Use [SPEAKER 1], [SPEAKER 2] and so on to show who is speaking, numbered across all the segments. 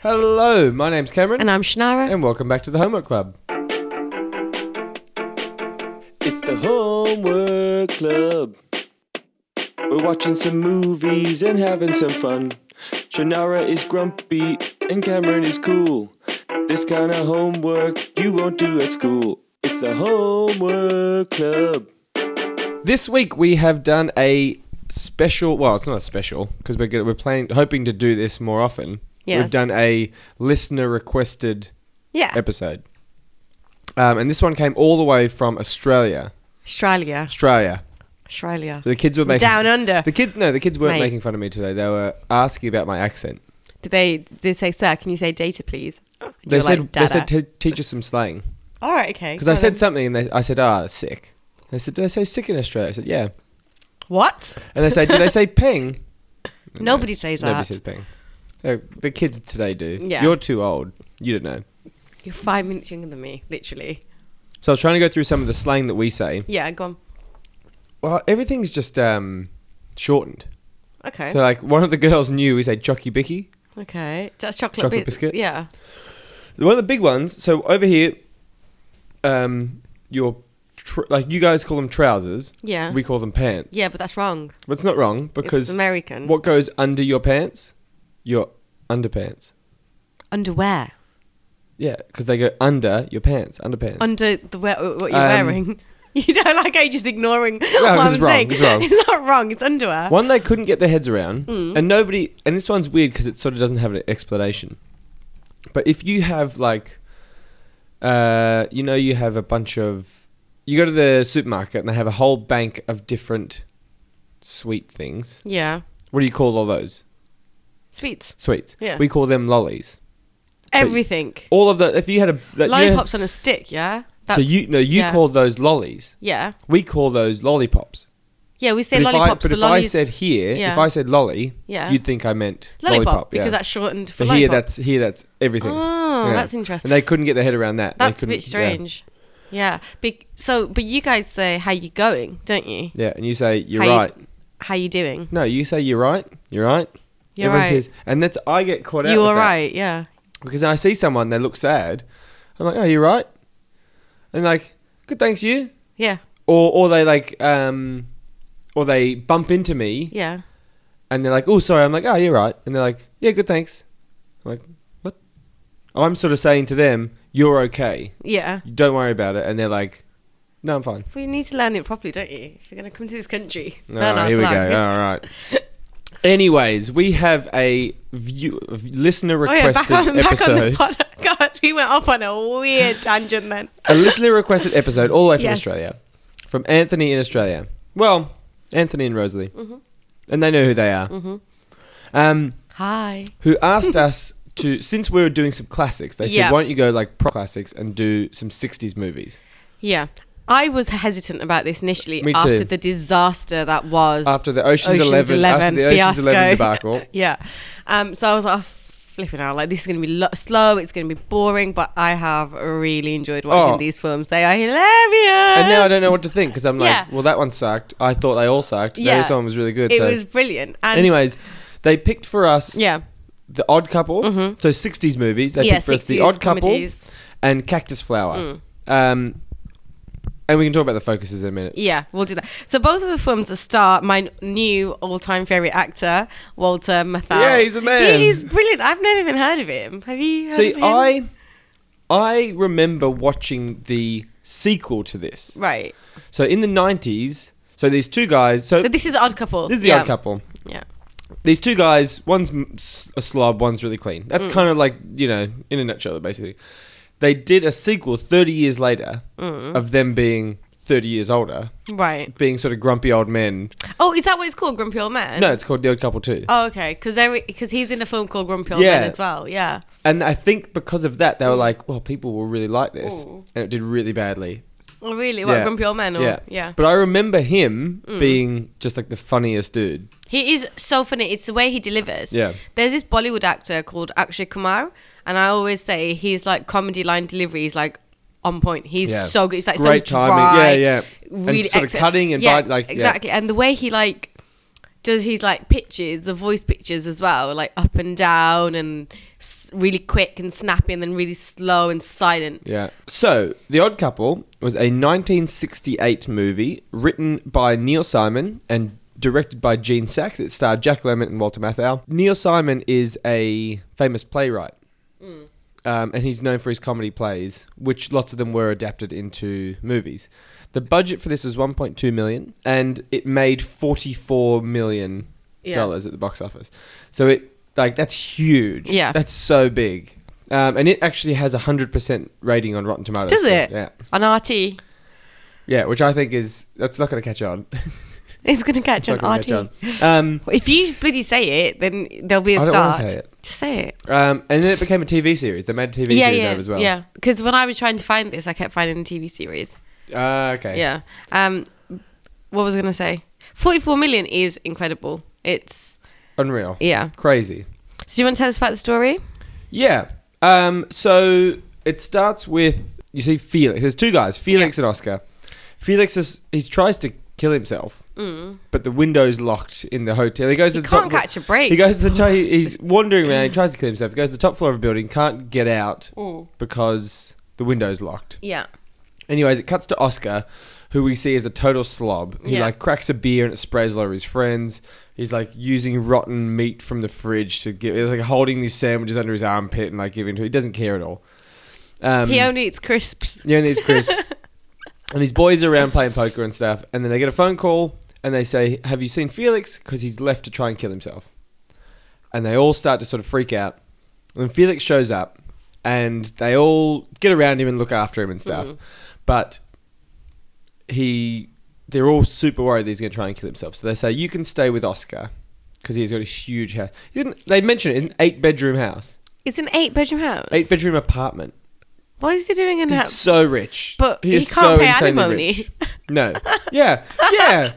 [SPEAKER 1] Hello, my name's Cameron, and,
[SPEAKER 2] And I'm Shannara.
[SPEAKER 1] welcome back to the Homework Club. It's the Homework Club. We're watching some movies and having some fun. Shannara is grumpy, and Cameron is cool. This kind of homework you won't do at school. It's the Homework Club. This week we have done a special. Well, it's not a special because we're gonna, we're planning, hoping to do this more often.
[SPEAKER 2] Yes.
[SPEAKER 1] We've done a listener requested
[SPEAKER 2] Yeah.
[SPEAKER 1] episode, um, and this one came all the way from Australia.
[SPEAKER 2] Australia.
[SPEAKER 1] Australia.
[SPEAKER 2] Australia.
[SPEAKER 1] So the kids were making
[SPEAKER 2] Down under.
[SPEAKER 1] The kids, no, the kids weren't
[SPEAKER 2] Mate.
[SPEAKER 1] making fun of me today. They were asking about my accent.
[SPEAKER 2] Did they did they say, sir, can you say data please? And you
[SPEAKER 1] They
[SPEAKER 2] were
[SPEAKER 1] said,
[SPEAKER 2] like,
[SPEAKER 1] they said,
[SPEAKER 2] "Dada."
[SPEAKER 1] "Te- teach us some slang.
[SPEAKER 2] All right, okay.
[SPEAKER 1] Because I
[SPEAKER 2] go
[SPEAKER 1] said
[SPEAKER 2] then.
[SPEAKER 1] something, and they, I said, ah, sick. They said, do they say sick in Australia? I said, yeah.
[SPEAKER 2] What?
[SPEAKER 1] And they say, do they say ping?
[SPEAKER 2] Nobody says that.
[SPEAKER 1] Mm. Nobody says ping. Uh, The kids today do.
[SPEAKER 2] Yeah.
[SPEAKER 1] You're too old. You don't know.
[SPEAKER 2] You're five minutes younger than me, literally.
[SPEAKER 1] So I was trying to go through some of the slang that we say.
[SPEAKER 2] Yeah, go on.
[SPEAKER 1] Well, everything's just um, shortened.
[SPEAKER 2] Okay.
[SPEAKER 1] So like one of the girls knew we say jockey bicky.
[SPEAKER 2] okay. That's chocolate,
[SPEAKER 1] Chocolate
[SPEAKER 2] bi-
[SPEAKER 1] biscuit?
[SPEAKER 2] Yeah.
[SPEAKER 1] One of the big ones. So over here, um, your tr- like you guys call them trousers.
[SPEAKER 2] Yeah.
[SPEAKER 1] We call them pants.
[SPEAKER 2] yeah, but that's wrong.
[SPEAKER 1] but it's not wrong because
[SPEAKER 2] it's American.
[SPEAKER 1] what goes under your pants, your underpants.
[SPEAKER 2] Underwear.
[SPEAKER 1] Yeah, because they go under your pants, underpants.
[SPEAKER 2] Under the wear- what you're
[SPEAKER 1] Um,
[SPEAKER 2] wearing. You don't like how you're just ignoring what
[SPEAKER 1] it's
[SPEAKER 2] I'm
[SPEAKER 1] wrong,
[SPEAKER 2] saying.
[SPEAKER 1] it's wrong.
[SPEAKER 2] not wrong. It's underwear.
[SPEAKER 1] One they couldn't get their heads around,
[SPEAKER 2] Mm.
[SPEAKER 1] and nobody. And this one's weird because it sort of doesn't have an explanation. But if you have like, uh, you know, you have a bunch of, you go to the supermarket and they have a whole bank of different sweet things.
[SPEAKER 2] Yeah.
[SPEAKER 1] What do you call all those
[SPEAKER 2] Sweets.
[SPEAKER 1] sweets?
[SPEAKER 2] Yeah.
[SPEAKER 1] we call them lollies.
[SPEAKER 2] Everything.
[SPEAKER 1] All of the if you had a that- you know-
[SPEAKER 2] Lollipops on a stick, yeah?
[SPEAKER 1] so you no, you
[SPEAKER 2] yeah.
[SPEAKER 1] call those lollies.
[SPEAKER 2] Yeah.
[SPEAKER 1] We call those lollipops.
[SPEAKER 2] Yeah, we say
[SPEAKER 1] but if, I,
[SPEAKER 2] lollipops,
[SPEAKER 1] but
[SPEAKER 2] but
[SPEAKER 1] if
[SPEAKER 2] lollies.
[SPEAKER 1] I said here,
[SPEAKER 2] yeah.
[SPEAKER 1] if I said lolly,
[SPEAKER 2] Yeah.
[SPEAKER 1] you'd think I meant
[SPEAKER 2] lollipop,
[SPEAKER 1] lollipop.
[SPEAKER 2] because
[SPEAKER 1] yeah.
[SPEAKER 2] that's shortened for
[SPEAKER 1] But
[SPEAKER 2] lollipop.
[SPEAKER 1] here, that's here, that's everything.
[SPEAKER 2] Oh, that's interesting.
[SPEAKER 1] And they couldn't get their head around that. They
[SPEAKER 2] that's a
[SPEAKER 1] couldn't-
[SPEAKER 2] bit strange. Yeah. Be- so, but you guys say how you going, don't you?
[SPEAKER 1] Yeah. yeah, and you say you're
[SPEAKER 2] How you-
[SPEAKER 1] right.
[SPEAKER 2] How you doing?
[SPEAKER 1] No, you say you're right. You're right.
[SPEAKER 2] You're right.
[SPEAKER 1] and that's I get caught out.
[SPEAKER 2] you
[SPEAKER 1] with
[SPEAKER 2] all
[SPEAKER 1] that.
[SPEAKER 2] right? Yeah.
[SPEAKER 1] because I see someone they look sad. I'm like, oh, you're right, and like, good, thanks you.
[SPEAKER 2] Yeah.
[SPEAKER 1] Or or they like um, or they bump into me
[SPEAKER 2] Yeah.
[SPEAKER 1] and they're like, oh, sorry. I'm like, oh, you're right, and they're like, yeah, good, thanks. I'm like, what? I'm sort of saying to them, you're okay.
[SPEAKER 2] Yeah.
[SPEAKER 1] Don't worry about it, and they're like, no, I'm fine.
[SPEAKER 2] We need to learn it properly, don't you? If you're going to come to this country,
[SPEAKER 1] Oh,
[SPEAKER 2] learn our
[SPEAKER 1] here we
[SPEAKER 2] slang.
[SPEAKER 1] go. All right. Anyways, we have a view, listener
[SPEAKER 2] Oh yeah,
[SPEAKER 1] requested
[SPEAKER 2] back on, back on the
[SPEAKER 1] episode.
[SPEAKER 2] pod. God, we went off on a weird tangent then.
[SPEAKER 1] a listener requested episode all the way from
[SPEAKER 2] Yes.
[SPEAKER 1] Australia, from Anthony in Australia. Well, Anthony and Rosalie,
[SPEAKER 2] Mm-hmm.
[SPEAKER 1] and they know who they are. Um,
[SPEAKER 2] Hi.
[SPEAKER 1] who asked us to since we were doing some classics, they
[SPEAKER 2] Yeah.
[SPEAKER 1] said, "Why don't you go like pro classics and do some '60s movies?"
[SPEAKER 2] Yeah. I was hesitant about this initially
[SPEAKER 1] Me too.
[SPEAKER 2] after the disaster that was
[SPEAKER 1] After the Ocean's,
[SPEAKER 2] Ocean's
[SPEAKER 1] Eleven, after
[SPEAKER 2] 11
[SPEAKER 1] the Ocean's
[SPEAKER 2] fiasco.
[SPEAKER 1] Eleven debacle,
[SPEAKER 2] yeah. Um, so I was like, oh, flipping out. Like, this is going to be lo- slow. It's going to be boring. But I have really enjoyed watching
[SPEAKER 1] Oh.
[SPEAKER 2] these films. They are hilarious.
[SPEAKER 1] and now I don't know what to think because I'm like,
[SPEAKER 2] Yeah.
[SPEAKER 1] "Well, that one sucked. I thought they all sucked.
[SPEAKER 2] Yeah.
[SPEAKER 1] This one was really good."
[SPEAKER 2] It
[SPEAKER 1] so.
[SPEAKER 2] was brilliant. And
[SPEAKER 1] Anyways, they picked for us
[SPEAKER 2] Yeah. Mm-hmm.
[SPEAKER 1] the Odd Couple, so 60s movies. They
[SPEAKER 2] Yeah,
[SPEAKER 1] picked for us the
[SPEAKER 2] 60s
[SPEAKER 1] Odd Couple
[SPEAKER 2] comedies. Mm.
[SPEAKER 1] and Cactus Flower. Um, and we can talk about the focuses in a minute.
[SPEAKER 2] Yeah, we'll do that. So both of the films that star my new all-time favorite actor, Walter Matthau.
[SPEAKER 1] Yeah, he's the man.
[SPEAKER 2] He's brilliant. I've never even heard of him. Have you? Heard
[SPEAKER 1] See,
[SPEAKER 2] of him?
[SPEAKER 1] I I remember watching the sequel to this.
[SPEAKER 2] right.
[SPEAKER 1] So in the 90s, so these two guys, so,
[SPEAKER 2] So this is Odd Couple.
[SPEAKER 1] this is the
[SPEAKER 2] yeah.
[SPEAKER 1] Odd Couple.
[SPEAKER 2] Yeah.
[SPEAKER 1] These two guys, one's m- s- a slob, one's really clean. That's
[SPEAKER 2] Mm.
[SPEAKER 1] kind of like, you know, in a nutshell, basically. They did a sequel 30 years later
[SPEAKER 2] Mm.
[SPEAKER 1] of them being 30 years older.
[SPEAKER 2] Right.
[SPEAKER 1] being sort of grumpy old men.
[SPEAKER 2] Oh, is that what it's called, Grumpy Old Man?
[SPEAKER 1] No, it's called The Old Couple too.
[SPEAKER 2] Oh, okay. Because because he's in a film called Grumpy Old
[SPEAKER 1] Yeah.
[SPEAKER 2] Man as well. Yeah.
[SPEAKER 1] And I think because of that, they were like, "Well, people will really like this,"
[SPEAKER 2] Mm.
[SPEAKER 1] and it did really badly.
[SPEAKER 2] Oh, really? What
[SPEAKER 1] Yeah.
[SPEAKER 2] Grumpy Old Man? Or, yeah. Yeah. Mm.
[SPEAKER 1] But I remember him being just like the funniest dude.
[SPEAKER 2] He is so funny. It's the way he delivers.
[SPEAKER 1] Yeah.
[SPEAKER 2] There's this Bollywood actor called Akshay Kumar, and I always say he's like comedy line delivery is like on point. He's
[SPEAKER 1] Yeah.
[SPEAKER 2] so good. It's like
[SPEAKER 1] Great
[SPEAKER 2] so
[SPEAKER 1] timing.
[SPEAKER 2] dry,
[SPEAKER 1] Yeah, yeah. And
[SPEAKER 2] Really
[SPEAKER 1] sort of
[SPEAKER 2] excellent.
[SPEAKER 1] cutting and
[SPEAKER 2] yeah,
[SPEAKER 1] bite- like, yeah.
[SPEAKER 2] exactly. And the way he like does he's like pictures, the voice pictures as well, like up and down and s- really quick and snappy, and then really slow and silent.
[SPEAKER 3] Yeah.
[SPEAKER 1] So, The Odd Couple was a 1968 movie written by Neil Simon and directed by Gene Sachs. It starred Jack Lemmon and Walter Matthau. Neil Simon is a famous playwright, um, and he's known for his comedy plays, which lots of them were adapted into movies. The budget for this was 1.2 million, and it made 44 million
[SPEAKER 2] Yeah.
[SPEAKER 1] dollars at the box office. So it like that's huge.
[SPEAKER 2] Yeah.
[SPEAKER 1] that's so big. Um, and it actually has a hundred percent rating on Rotten Tomatoes.
[SPEAKER 2] Does
[SPEAKER 1] so-
[SPEAKER 2] it?
[SPEAKER 1] Yeah,
[SPEAKER 2] On RT,
[SPEAKER 1] yeah. Which I think is that's not going to catch on.
[SPEAKER 2] it's gonna catch
[SPEAKER 1] It's not
[SPEAKER 2] on
[SPEAKER 1] gonna
[SPEAKER 2] RT.
[SPEAKER 1] catch on. Um,
[SPEAKER 2] If you bloody say it, then there'll be a
[SPEAKER 1] I don't wanna
[SPEAKER 2] start.
[SPEAKER 1] say it.
[SPEAKER 2] Just say it.
[SPEAKER 1] um, and then it became a TV series. They made a TV series out of it as well.
[SPEAKER 2] yeah. Because when I was trying to find this, I kept finding TV series.
[SPEAKER 1] Uh, okay.
[SPEAKER 2] Yeah. Um, what was I gonna say? Forty-four million is incredible. It's
[SPEAKER 1] Unreal.
[SPEAKER 2] yeah.
[SPEAKER 1] Crazy.
[SPEAKER 2] So do you want to tell us about the story?
[SPEAKER 1] Yeah. Um, so it starts with you see Felix. There's two guys, Felix and Oscar. Felix is he tries to kill himself, but the window's locked in the hotel. He goes
[SPEAKER 2] Mm. He
[SPEAKER 1] to the
[SPEAKER 2] can't
[SPEAKER 1] top,
[SPEAKER 2] catch a break.
[SPEAKER 1] He goes to the top. he- He's wandering around. He tries to kill himself. He goes to the top floor of a building, can't get out
[SPEAKER 2] Mm.
[SPEAKER 1] because the window's locked.
[SPEAKER 2] Yeah.
[SPEAKER 1] Anyways, it cuts to Oscar, who we see as a total slob. He
[SPEAKER 2] Yeah.
[SPEAKER 1] like cracks a beer and it sprays all over his friends. He's like using rotten meat from the fridge to give. He's like holding these sandwiches under his armpit and like giving to. He doesn't care at all. Um,
[SPEAKER 2] he only eats crisps.
[SPEAKER 1] he only eats crisps. and his boys are around playing poker and stuff. And then they get a phone call and they say, "Have you seen Felix? Because he's left to try and kill himself." And they all start to sort of freak out. And then Felix shows up, and they all get around him and look after him and stuff. But he they're all super worried that he's going to try and kill himself. So they say, "You can stay with Oscar because he's got a huge house." He didn't, they mention it, it's an eight-bedroom house,
[SPEAKER 2] It's an eight-bedroom house.
[SPEAKER 1] eight-bedroom apartment.
[SPEAKER 2] What is he doing in
[SPEAKER 1] He's
[SPEAKER 2] that?
[SPEAKER 1] so rich,
[SPEAKER 2] But
[SPEAKER 1] He
[SPEAKER 2] he
[SPEAKER 1] is
[SPEAKER 2] can't pay
[SPEAKER 1] insanely
[SPEAKER 2] alimony.
[SPEAKER 1] rich. No, yeah, yeah.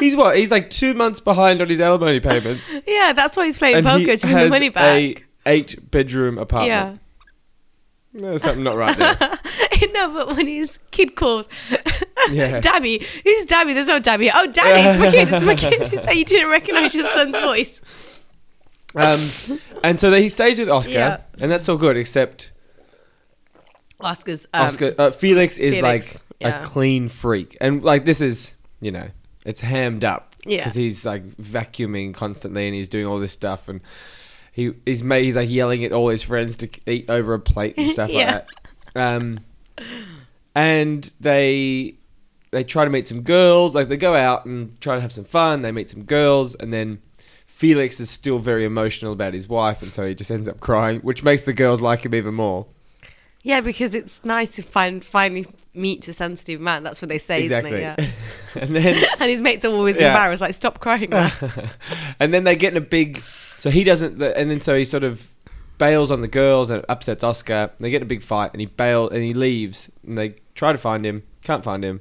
[SPEAKER 1] He's what? He's like two months behind on his alimony payments,
[SPEAKER 2] yeah, that's why he's playing
[SPEAKER 1] and he
[SPEAKER 2] poker to win the
[SPEAKER 1] has
[SPEAKER 2] money
[SPEAKER 1] a
[SPEAKER 2] back.
[SPEAKER 1] eight-bedroom
[SPEAKER 2] Yeah.
[SPEAKER 1] apartment. There's something not right there.
[SPEAKER 2] no, but when his kid called,
[SPEAKER 1] Yeah.
[SPEAKER 2] Dabby, who's Dabby? There's no Dabby. Oh, Daddy, it's my kid. It's my kid. That you didn't recognize your son's voice.
[SPEAKER 1] Um, and so he stays with Oscar,
[SPEAKER 2] Yeah.
[SPEAKER 1] and that's all good, except
[SPEAKER 2] Oscar's. Um,
[SPEAKER 1] Oscar uh, Felix is
[SPEAKER 2] Felix,
[SPEAKER 1] like
[SPEAKER 2] yeah.
[SPEAKER 1] a clean freak, and like this is you know it's hammed up
[SPEAKER 2] Yeah.
[SPEAKER 1] because he's like vacuuming constantly and he's doing all this stuff and he he's made he's like yelling at all his friends to eat over a plate and stuff
[SPEAKER 2] Yeah.
[SPEAKER 1] like that. Um, and they they try to meet some girls. Like they go out and try to have some fun. They meet some girls, and then Felix is still very emotional about his wife, and so he just ends up crying, which makes the girls like him even more.
[SPEAKER 2] Yeah, because it's nice to find finally meet a sensitive man. That's what they say,
[SPEAKER 1] exactly.
[SPEAKER 2] isn't it?
[SPEAKER 1] and then
[SPEAKER 2] Yeah. and his mates are always
[SPEAKER 1] Yeah.
[SPEAKER 2] embarrassed, like, stop crying. man."
[SPEAKER 1] and then they get in a big. So he doesn't, and then so he sort of bails on the girls and it upsets Oscar. They get in a big fight, and he bail and he leaves, and they try to find him, can't find him.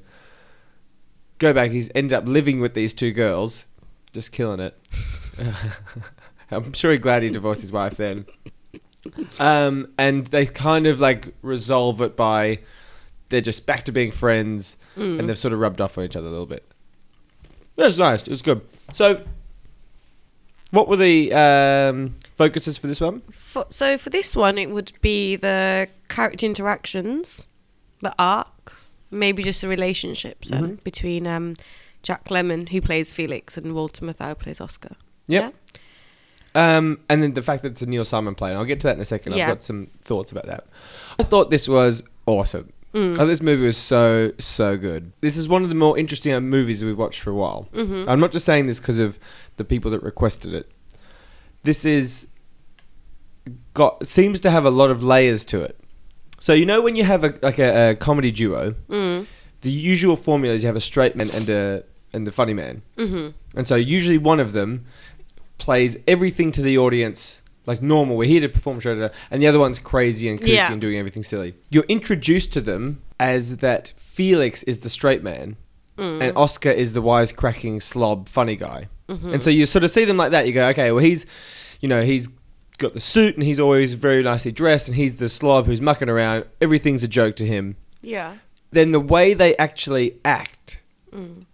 [SPEAKER 1] Go back. He's ended up living with these two girls, just killing it. I'm sure he's glad he divorced his wife then. Um, and they kind of like resolve it by they're just back to being friends, and they've sort of rubbed off on each other a little bit. That's nice. It's good. So, what were the um, focuses for this one?
[SPEAKER 2] For, so for this one, it would be the character interactions, the arcs, maybe just the relationships then
[SPEAKER 1] Mm-hmm.
[SPEAKER 2] between um, Jack Lemon, who plays Felix, and Walter Matthau plays Oscar.
[SPEAKER 1] Yep. Um, and then the fact that it's a Neil Simon play. And I'll get to that in a second.
[SPEAKER 2] Yeah.
[SPEAKER 1] I've got some thoughts about that. I thought this was awesome. Oh, this movie was so so good. This is one of the more interesting uh, movies we've watched for a while. I'm not just saying this because of the people that requested it. This is got seems to have a lot of layers to it. So you know when you have a like a, a comedy duo, the usual formula is you have a straight man and a and the funny man, mm-hmm. and so usually one of them plays everything to the audience like normal. We're here to perform, show, da, da, and the other one's crazy and kooky
[SPEAKER 2] Yeah.
[SPEAKER 1] and doing everything silly. You're introduced to them as that Felix is the straight man, and Oscar is the wisecracking slob funny guy, and so you sort of see them like that. You go, okay, well he's, you know, he's got the suit and he's always very nicely dressed, and he's the slob who's mucking around. Everything's a joke to him
[SPEAKER 2] Yeah.
[SPEAKER 1] then the
[SPEAKER 2] Mm.
[SPEAKER 1] way they actually act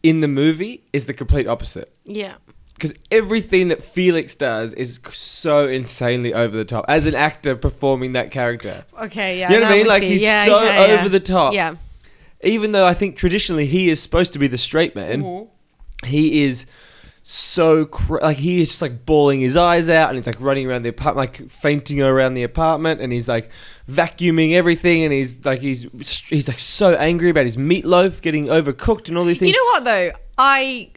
[SPEAKER 1] in the movie is the complete opposite.
[SPEAKER 2] Yeah.
[SPEAKER 1] because everything that Felix does is so insanely over the top as an actor performing that character.
[SPEAKER 2] Okay, yeah.
[SPEAKER 1] You know what I
[SPEAKER 2] now
[SPEAKER 1] mean?
[SPEAKER 2] with
[SPEAKER 1] Like,
[SPEAKER 2] you.
[SPEAKER 1] he's
[SPEAKER 2] Yeah,
[SPEAKER 1] so
[SPEAKER 2] yeah, yeah.
[SPEAKER 1] over the top.
[SPEAKER 2] Yeah.
[SPEAKER 1] Even though I think traditionally he is supposed to be the straight man,
[SPEAKER 2] Mm-hmm.
[SPEAKER 1] he is so cr- like he is just like bawling his eyes out and he's like running around the apartment like fainting around the apartment and he's like vacuuming everything and he's like he's he's like so angry about his meatloaf getting overcooked and all these things
[SPEAKER 2] You know what though? I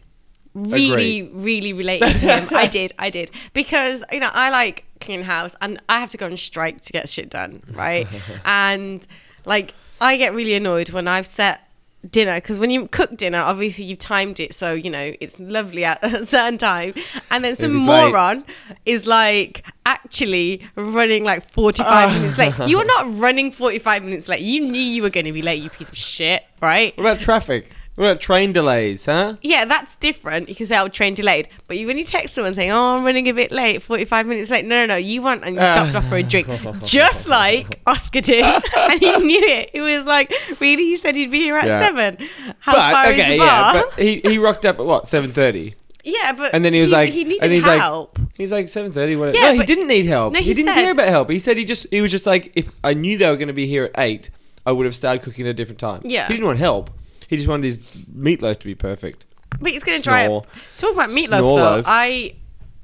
[SPEAKER 2] really, really related to him. I did, I did. Because, you know, I like clean house and I have to go on strike to get shit done, right? and like I get really annoyed when I've set dinner because when you cook dinner obviously you've timed it so you know it's lovely at a certain time and then some
[SPEAKER 1] was late.
[SPEAKER 2] moron is like actually running like 45 minutes late you're not running 45 minutes late you knew you were going to be late you piece of shit right
[SPEAKER 1] what about traffic what about train delays huh
[SPEAKER 2] yeah, that's different. You can say, "Oh, train delayed," but you, when you text someone saying, "Oh, I'm running a bit late, 45 minutes late," no, no, no, you went and you stopped off for a drink, just like Oscar did, and he knew it. It was like, really, you said you'd be here at
[SPEAKER 1] Yeah.
[SPEAKER 2] seven. How far is the bar?
[SPEAKER 1] but he, he rocked up at what seven thirty,
[SPEAKER 2] yeah, but
[SPEAKER 1] and then he was like,
[SPEAKER 2] he needed
[SPEAKER 1] and he's
[SPEAKER 2] help.
[SPEAKER 1] like, he's like seven thirty. Whatever.
[SPEAKER 2] Yeah,
[SPEAKER 1] no, he
[SPEAKER 2] but-
[SPEAKER 1] didn't need help.
[SPEAKER 2] No,
[SPEAKER 1] he,
[SPEAKER 2] he
[SPEAKER 1] didn't
[SPEAKER 2] said-
[SPEAKER 1] care about help. He said he just he was just like, if I knew they were going to be here at eight, I would have started cooking at a different time.
[SPEAKER 2] Yeah.
[SPEAKER 1] he didn't want help. He just wanted his meatloaf to be perfect.
[SPEAKER 2] but he's gonna try.
[SPEAKER 1] Snore.
[SPEAKER 2] It. Talk about meatloaf
[SPEAKER 1] Snore
[SPEAKER 2] though.
[SPEAKER 1] loaf.
[SPEAKER 2] I,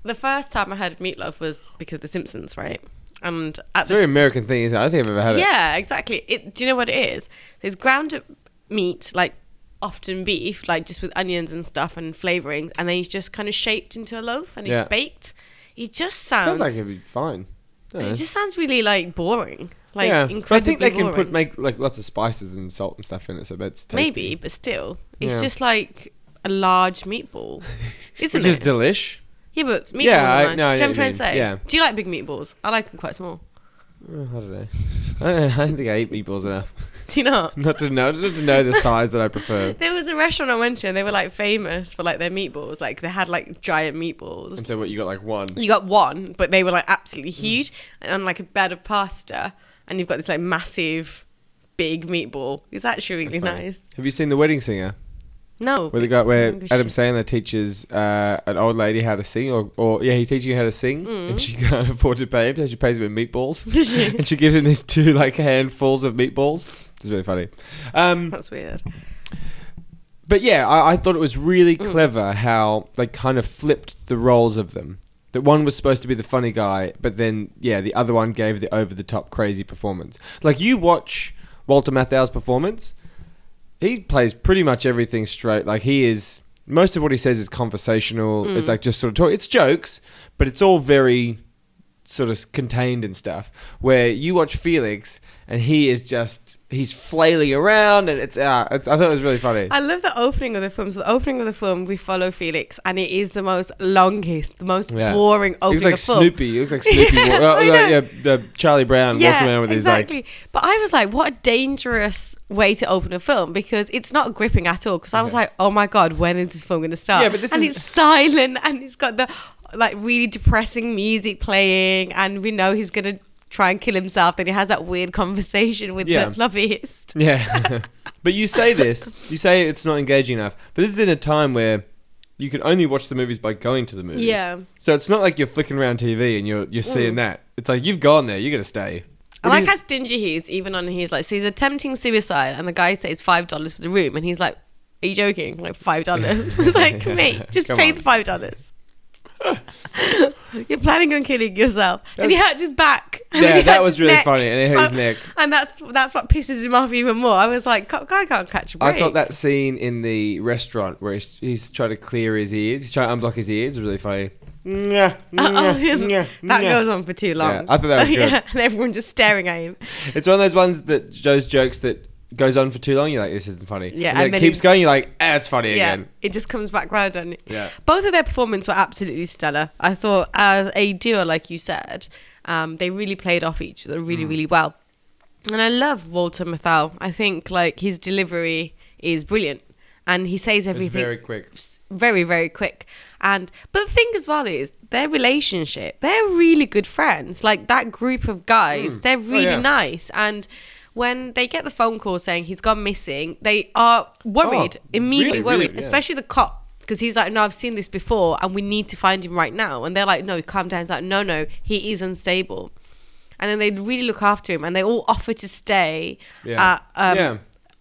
[SPEAKER 2] the first time I heard of meatloaf was because of The Simpsons, right? And at
[SPEAKER 1] It's a
[SPEAKER 2] the
[SPEAKER 1] very American thing, isn't it? I don't think I've ever had it.
[SPEAKER 2] Yeah, exactly. It, do you know what it is? There's ground up meat, like often beef, like just with onions and stuff and flavorings, and then he's just kind of shaped into a loaf and he's
[SPEAKER 1] Yeah.
[SPEAKER 2] baked. It just
[SPEAKER 1] Sounds
[SPEAKER 2] sounds.
[SPEAKER 1] like it'd be fine. I don't know.
[SPEAKER 2] it just sounds really like boring. Like
[SPEAKER 1] yeah, but I
[SPEAKER 2] incredibly
[SPEAKER 1] think they can put
[SPEAKER 2] boring.
[SPEAKER 1] make like lots of spices and salt and stuff in it, so that's tasty.
[SPEAKER 2] maybe, but still, it's
[SPEAKER 1] Yeah.
[SPEAKER 2] just like a large meatball, isn't
[SPEAKER 1] which is
[SPEAKER 2] it?
[SPEAKER 1] delish.
[SPEAKER 2] yeah, but meatballs
[SPEAKER 1] Yeah, I-
[SPEAKER 2] are nice.
[SPEAKER 1] no, I
[SPEAKER 2] Do
[SPEAKER 1] know
[SPEAKER 2] you
[SPEAKER 1] what
[SPEAKER 2] know what I'm
[SPEAKER 1] you
[SPEAKER 2] trying to
[SPEAKER 1] mean.
[SPEAKER 2] say?
[SPEAKER 1] Yeah.
[SPEAKER 2] Do you like big meatballs? I like them quite small.
[SPEAKER 1] Oh, I don't know. I don't, know. I don't think I eat meatballs enough.
[SPEAKER 2] Do you not?
[SPEAKER 1] Not to know, not to know the size that I prefer.
[SPEAKER 2] There was a restaurant I went to, and they were like famous for like their meatballs. Like they had like giant meatballs.
[SPEAKER 1] And Mm. so what you got like one.
[SPEAKER 2] You got one, but they were like absolutely huge, and on like a bed of pasta, and you've got this like massive, big meatball. It's actually really
[SPEAKER 1] That's funny.
[SPEAKER 2] nice.
[SPEAKER 1] Have you seen The Wedding Singer?
[SPEAKER 2] No,
[SPEAKER 1] Where the guy where
[SPEAKER 2] Hungry
[SPEAKER 1] Adam
[SPEAKER 2] shit.
[SPEAKER 1] Sandler teaches uh, an old lady how to sing or, or yeah, he's teaching her how to sing
[SPEAKER 2] Mm.
[SPEAKER 1] and she can't afford to pay him, so she pays him in meatballs. and she gives him these two like handfuls of meatballs. It's really funny. Um,
[SPEAKER 2] That's weird.
[SPEAKER 1] but yeah, I, I thought it was really clever how they kind of flipped the roles of them. That one was supposed to be the funny guy, but then yeah, the other one gave the over the top crazy performance. Like you watch Walter Matthau's performance, he plays pretty much everything straight. Like he is most of what he says is conversational. It's like just sort of talk. It's jokes, but it's all very sort of contained and stuff. Where you watch Felix and he is just he's flailing around and it's uh, it's, I thought it was really funny.
[SPEAKER 2] I love the opening of the film. So the opening of the film, we follow Felix, and it is the most longest, the most
[SPEAKER 1] Yeah.
[SPEAKER 2] boring
[SPEAKER 1] He looks
[SPEAKER 2] opening
[SPEAKER 1] like
[SPEAKER 2] of film.
[SPEAKER 1] Snoopy. He looks like Snoopy. wa-
[SPEAKER 2] Yeah,
[SPEAKER 1] well,
[SPEAKER 2] I
[SPEAKER 1] no,
[SPEAKER 2] know.
[SPEAKER 1] yeah, the Charlie Brown walking around with
[SPEAKER 2] exactly.
[SPEAKER 1] his
[SPEAKER 2] But I was like, what a dangerous way to open a film because it's not gripping at all. Because I was like, oh my god, when is this film going to start?
[SPEAKER 1] Yeah, but this
[SPEAKER 2] and
[SPEAKER 1] is-
[SPEAKER 2] it's silent, and it's got the like really depressing music playing, and we know he's going to try and kill himself. Then he has that weird conversation with
[SPEAKER 1] Yeah.
[SPEAKER 2] the lobbyist.
[SPEAKER 1] like yeah. but you say this, you say it's not engaging enough. But this is in a time where you can only watch the movies by going to the movies.
[SPEAKER 2] Yeah. Mm.
[SPEAKER 1] So it's not like you're flicking around TV and you're you're seeing that. It's like you've gone there. You're gonna stay.
[SPEAKER 2] I
[SPEAKER 1] What do
[SPEAKER 2] like
[SPEAKER 1] you-
[SPEAKER 2] how stingy he is, even on his like. So he's attempting suicide, and the guy says five dollars for the room, and he's like, "Are you joking? Like five dollars?" It's like, mate, just
[SPEAKER 1] Come
[SPEAKER 2] pay
[SPEAKER 1] on.
[SPEAKER 2] the five dollars. You're planning on killing yourself, and he hurts his back. and then
[SPEAKER 1] Yeah,
[SPEAKER 2] he
[SPEAKER 1] that
[SPEAKER 2] hurts
[SPEAKER 1] was
[SPEAKER 2] his
[SPEAKER 1] really
[SPEAKER 2] neck.
[SPEAKER 1] funny, and it hurt his
[SPEAKER 2] Um,
[SPEAKER 1] neck.
[SPEAKER 2] And that's that's what pisses him off even more. I was like, "Co- guy can't catch a break.
[SPEAKER 1] I thought that scene in the restaurant where he's, he's trying to clear his ears, he's trying to unblock his ears, was really funny. Yeah, Mm-hmm.
[SPEAKER 2] Oh, that goes on for too long.
[SPEAKER 1] Yeah, I thought that was good.
[SPEAKER 2] and everyone just staring at him.
[SPEAKER 1] It's one of those ones that Joe's jokes that goes on for too long. You're like, this isn't funny. and,
[SPEAKER 2] Yeah, and
[SPEAKER 1] then it
[SPEAKER 2] then
[SPEAKER 1] keeps
[SPEAKER 2] he-
[SPEAKER 1] going. You're like, ah, it's funny again.
[SPEAKER 2] it just comes back round on it.
[SPEAKER 1] Yeah.
[SPEAKER 2] Both of their performances were absolutely stellar. I thought as a duo, like you said, um, they really played off each other really,
[SPEAKER 1] Mm.
[SPEAKER 2] really well. And I love Walter Matthau. I think like his delivery is brilliant, and he
[SPEAKER 1] It's
[SPEAKER 2] says everything
[SPEAKER 1] very quick.
[SPEAKER 2] very very quick and but the thing as well is their relationship they're really good friends like that group of guys they're really
[SPEAKER 1] Mm. Oh, yeah.
[SPEAKER 2] nice and when they get the phone call saying he's gone missing they are worried
[SPEAKER 1] Oh,
[SPEAKER 2] immediately
[SPEAKER 1] really, really,
[SPEAKER 2] worried
[SPEAKER 1] yeah.
[SPEAKER 2] especially the cop because he's like, no, I've seen this before, and we need to find him right now. And they're like, no, calm down. He's like, no, no, he is unstable. And then they really look after him, and they all offer to stay
[SPEAKER 1] Yeah.
[SPEAKER 2] at um,
[SPEAKER 1] Yeah.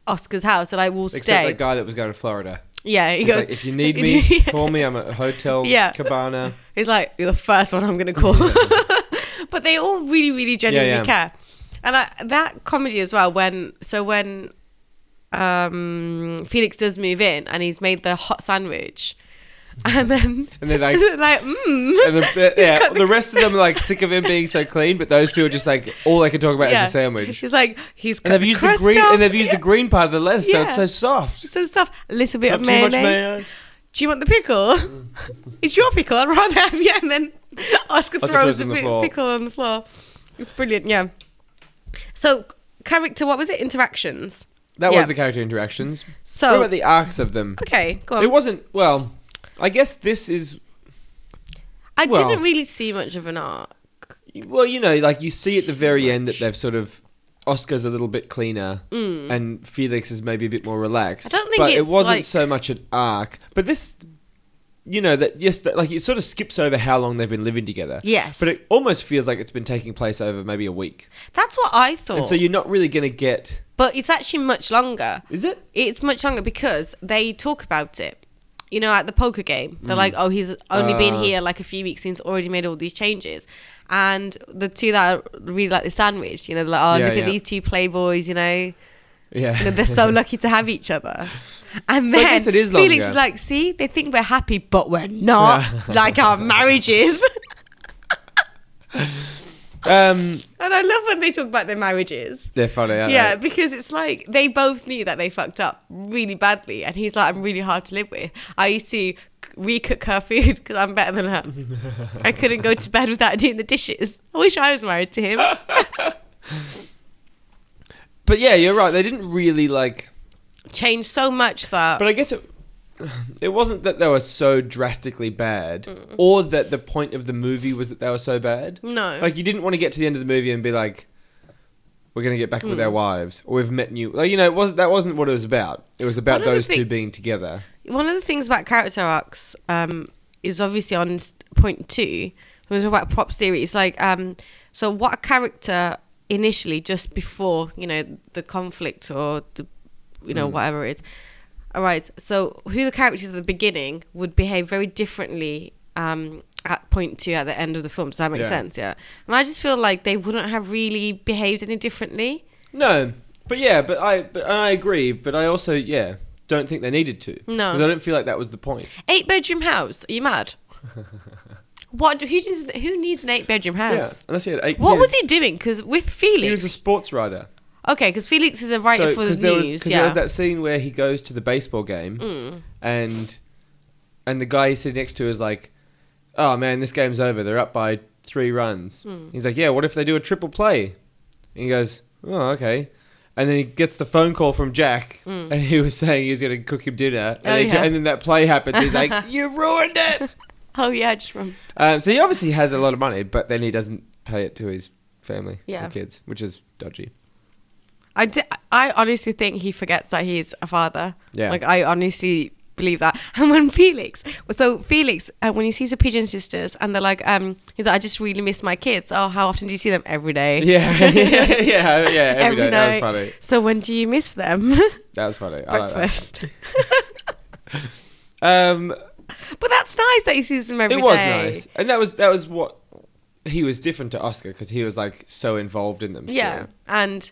[SPEAKER 2] Oscar's house, and I will
[SPEAKER 1] Except
[SPEAKER 2] stay.
[SPEAKER 1] that guy that was going to Florida.
[SPEAKER 2] yeah, he
[SPEAKER 1] He's
[SPEAKER 2] goes.
[SPEAKER 1] like, if you need me, call me. I'm at a hotel
[SPEAKER 2] Yeah.
[SPEAKER 1] cabana.
[SPEAKER 2] He's like, you're the first one I'm going to call. but they all really, really genuinely
[SPEAKER 1] yeah.
[SPEAKER 2] care. And I, that comedy as well, when, so when um, Felix does move in and he's made the hot sandwich and then,
[SPEAKER 1] And they're like-
[SPEAKER 2] like, mm.
[SPEAKER 1] And the, yeah, the rest of them are like sick of him being so clean, but those two are just like all they can talk about
[SPEAKER 2] Yeah.
[SPEAKER 1] is a sandwich.
[SPEAKER 2] He's like, he's cut
[SPEAKER 1] And they've
[SPEAKER 2] the
[SPEAKER 1] used the
[SPEAKER 2] crust
[SPEAKER 1] green
[SPEAKER 2] off.
[SPEAKER 1] and they've used the
[SPEAKER 2] Yeah.
[SPEAKER 1] green part of the lettuce, so it's
[SPEAKER 2] Yeah.
[SPEAKER 1] so soft.
[SPEAKER 2] some stuff, a little bit
[SPEAKER 1] Not
[SPEAKER 2] of
[SPEAKER 1] too much
[SPEAKER 2] mayonnaise.
[SPEAKER 1] mayo.
[SPEAKER 2] Do you want the pickle?
[SPEAKER 1] Mm.
[SPEAKER 2] it's your pickle. I'd rather have you. And then
[SPEAKER 1] Oscar
[SPEAKER 2] Oscar throws
[SPEAKER 1] throws
[SPEAKER 2] the,
[SPEAKER 1] on the
[SPEAKER 2] pi-
[SPEAKER 1] floor.
[SPEAKER 2] pickle on the floor. It's brilliant. Yeah. So character, what was it? Interactions.
[SPEAKER 1] That
[SPEAKER 2] Yeah.
[SPEAKER 1] was the character interactions.
[SPEAKER 2] So Oh.
[SPEAKER 1] what about the arcs of them?
[SPEAKER 2] okay, go on.
[SPEAKER 1] It wasn't well. I guess this is
[SPEAKER 2] I
[SPEAKER 1] well-
[SPEAKER 2] didn't really see much of an arc.
[SPEAKER 1] well, you know, like you see at the very end that they've sort of Oscar's a little bit cleaner and Felix is maybe a bit more relaxed.
[SPEAKER 2] Mm. I don't think
[SPEAKER 1] but it
[SPEAKER 2] it's
[SPEAKER 1] wasn't
[SPEAKER 2] like-
[SPEAKER 1] so much an arc. But this, you know, that yes, that, like it sort of skips over how long they've been living together.
[SPEAKER 2] Yes.
[SPEAKER 1] but it almost feels like it's been taking place over maybe a week,
[SPEAKER 2] That's what I thought.
[SPEAKER 1] and so you're not really gonna get.
[SPEAKER 2] but it's actually much longer.
[SPEAKER 1] Is it?
[SPEAKER 2] It's much longer because they talk about it. You know, at the poker game,
[SPEAKER 1] Mm.
[SPEAKER 2] they're like, "Oh, he's only been
[SPEAKER 1] Ah.
[SPEAKER 2] here like a few weeks. He's already made all these changes." And the two that are really like the sandwich, you know, they're like, "Oh,
[SPEAKER 1] Yeah,
[SPEAKER 2] look
[SPEAKER 1] yeah.
[SPEAKER 2] at these two playboys," you know,
[SPEAKER 1] Yeah.
[SPEAKER 2] that they're so lucky to have each other. And
[SPEAKER 1] So I
[SPEAKER 2] then
[SPEAKER 1] guess it is
[SPEAKER 2] Felix
[SPEAKER 1] longer.
[SPEAKER 2] is like, "See, they think we're happy, but we're not. like our marriage is."
[SPEAKER 1] um,
[SPEAKER 2] and I love when they talk about their marriages.
[SPEAKER 1] they're funny. Aren't
[SPEAKER 2] Yeah,
[SPEAKER 1] They?
[SPEAKER 2] because it's like they both knew that they fucked up really badly, and he's like, "I'm really hard to live with. I used to c- recook her food because I'm better than her. I couldn't go to bed without doing the dishes. I wish I was married to him."
[SPEAKER 1] But yeah, you're right. They didn't really like.
[SPEAKER 2] Changed so much that
[SPEAKER 1] But I guess it it wasn't that they were so drastically bad, or that the point of the movie was that they were so bad.
[SPEAKER 2] Mm. No.
[SPEAKER 1] like you didn't want to get to the end of the movie and be like, "We're gonna get back
[SPEAKER 2] Mm.
[SPEAKER 1] with our wives," or "We've met new." Like you know, it wasn't that wasn't what it was about. It was about
[SPEAKER 2] One of the
[SPEAKER 1] those two
[SPEAKER 2] thing-
[SPEAKER 1] being together.
[SPEAKER 2] one of the things about character arcs um, is obviously on s- point two when we talk about props theory it's like um, so what a character initially just before you know the conflict or the you know whatever it is all right so who the characters at the beginning would behave very differently um, at point two at the end of the film does that make
[SPEAKER 1] Yeah.
[SPEAKER 2] sense yeah and i just feel like they wouldn't have really behaved any differently
[SPEAKER 1] No, but yeah, but I but I agree, but I also yeah don't think they needed to.
[SPEAKER 2] No.
[SPEAKER 1] 'Cause I don't feel like that was the point.
[SPEAKER 2] eight bedroom house are you mad what who, does, who needs an eight bedroom
[SPEAKER 1] Yeah,
[SPEAKER 2] house
[SPEAKER 1] unless he had eight.
[SPEAKER 2] What was
[SPEAKER 1] kids.
[SPEAKER 2] he doing? Because with
[SPEAKER 1] He was
[SPEAKER 2] Felix,
[SPEAKER 1] a sports writer.
[SPEAKER 2] okay, because Felix is a writer for the
[SPEAKER 1] there was,
[SPEAKER 2] news.
[SPEAKER 1] 'cause
[SPEAKER 2] yeah, Mm.
[SPEAKER 1] there was that scene where he goes to the baseball game and and the guy he's sitting next to is like, "Oh man, this game's over. They're up by three runs."
[SPEAKER 2] Mm.
[SPEAKER 1] He's like, "Yeah, what if they do a triple play?" And he goes, "Oh, okay." And then he gets the phone call from Jack, and he was saying he was going to cook him dinner, and,
[SPEAKER 2] Mm. Oh,
[SPEAKER 1] then,
[SPEAKER 2] yeah.
[SPEAKER 1] and then that play happens. He's like, "You ruined it."
[SPEAKER 2] oh yeah, I just from
[SPEAKER 1] Um, so he obviously has a lot of money, but then he doesn't pay it to his family,
[SPEAKER 2] Yeah.
[SPEAKER 1] and kids, which is dodgy.
[SPEAKER 2] I, di- I honestly think he forgets that he's a father.
[SPEAKER 1] Yeah.
[SPEAKER 2] like I honestly believe that. And when Felix, so Felix, uh, when he sees the pigeon sisters, and they're like, um, he's like, I just really miss my kids. Oh, how often do you see them? Every day.
[SPEAKER 1] Yeah, yeah, yeah, yeah. Every day. That was
[SPEAKER 2] night.
[SPEAKER 1] funny.
[SPEAKER 2] So when do you miss them?
[SPEAKER 1] That was funny. I like that.
[SPEAKER 2] Breakfast.
[SPEAKER 1] Um,
[SPEAKER 2] but that's nice that he sees them every day.
[SPEAKER 1] it was nice, and that was that was what he was different to Oscar because he was like so involved in them. Still.
[SPEAKER 2] Yeah, and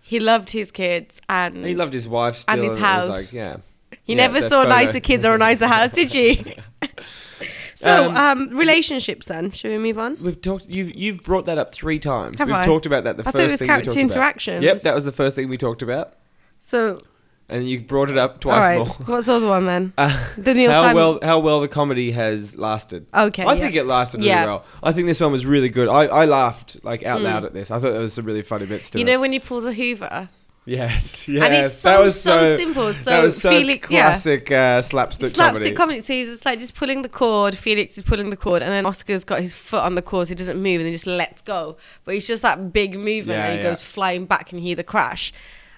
[SPEAKER 2] he loved his kids, and
[SPEAKER 1] he loved his wife still
[SPEAKER 2] And his
[SPEAKER 1] it was
[SPEAKER 2] house.
[SPEAKER 1] like, yeah,
[SPEAKER 2] You
[SPEAKER 1] Yeah,
[SPEAKER 2] never
[SPEAKER 1] that
[SPEAKER 2] saw
[SPEAKER 1] photo.
[SPEAKER 2] nicer kids or a nicer house, did you? so,
[SPEAKER 1] Um,
[SPEAKER 2] um, relationships then. Should we move on?
[SPEAKER 1] We've talked. You've you've brought that up three times.
[SPEAKER 2] Have
[SPEAKER 1] We've
[SPEAKER 2] I?
[SPEAKER 1] talked about that. The
[SPEAKER 2] I
[SPEAKER 1] first
[SPEAKER 2] thought it was
[SPEAKER 1] thing
[SPEAKER 2] character
[SPEAKER 1] we talked
[SPEAKER 2] interactions.
[SPEAKER 1] About. Yep, that was the first thing we talked about,
[SPEAKER 2] So,
[SPEAKER 1] and you brought it up
[SPEAKER 2] all
[SPEAKER 1] twice
[SPEAKER 2] right.
[SPEAKER 1] more.
[SPEAKER 2] What's the other one then?
[SPEAKER 1] Uh,
[SPEAKER 2] The Neil
[SPEAKER 1] how
[SPEAKER 2] Simon-
[SPEAKER 1] well how well the comedy has lasted.
[SPEAKER 2] Okay,
[SPEAKER 1] I
[SPEAKER 2] yeah.
[SPEAKER 1] think it lasted really
[SPEAKER 2] Yeah. Hmm.
[SPEAKER 1] well. I think this one was really good. I, I laughed like out loud at this. I thought there was some really funny bits to
[SPEAKER 2] you
[SPEAKER 1] it.
[SPEAKER 2] know when you pull the Hoover?
[SPEAKER 1] Yes, yes.
[SPEAKER 2] And it's
[SPEAKER 1] that
[SPEAKER 2] so-
[SPEAKER 1] was so,
[SPEAKER 2] so simple,
[SPEAKER 1] that
[SPEAKER 2] so
[SPEAKER 1] was such
[SPEAKER 2] Felix- yeah.
[SPEAKER 1] classic uh, slapstick, comedy.
[SPEAKER 2] Slapstick comedy. So he's just like just pulling the cord. Felix is pulling the cord, and then Oscar's got his foot on the cord, so he doesn't move, and then just lets go. But he's just that big movement,
[SPEAKER 1] Yeah,
[SPEAKER 2] and he
[SPEAKER 1] yeah.
[SPEAKER 2] goes flying back, and you hear the crash.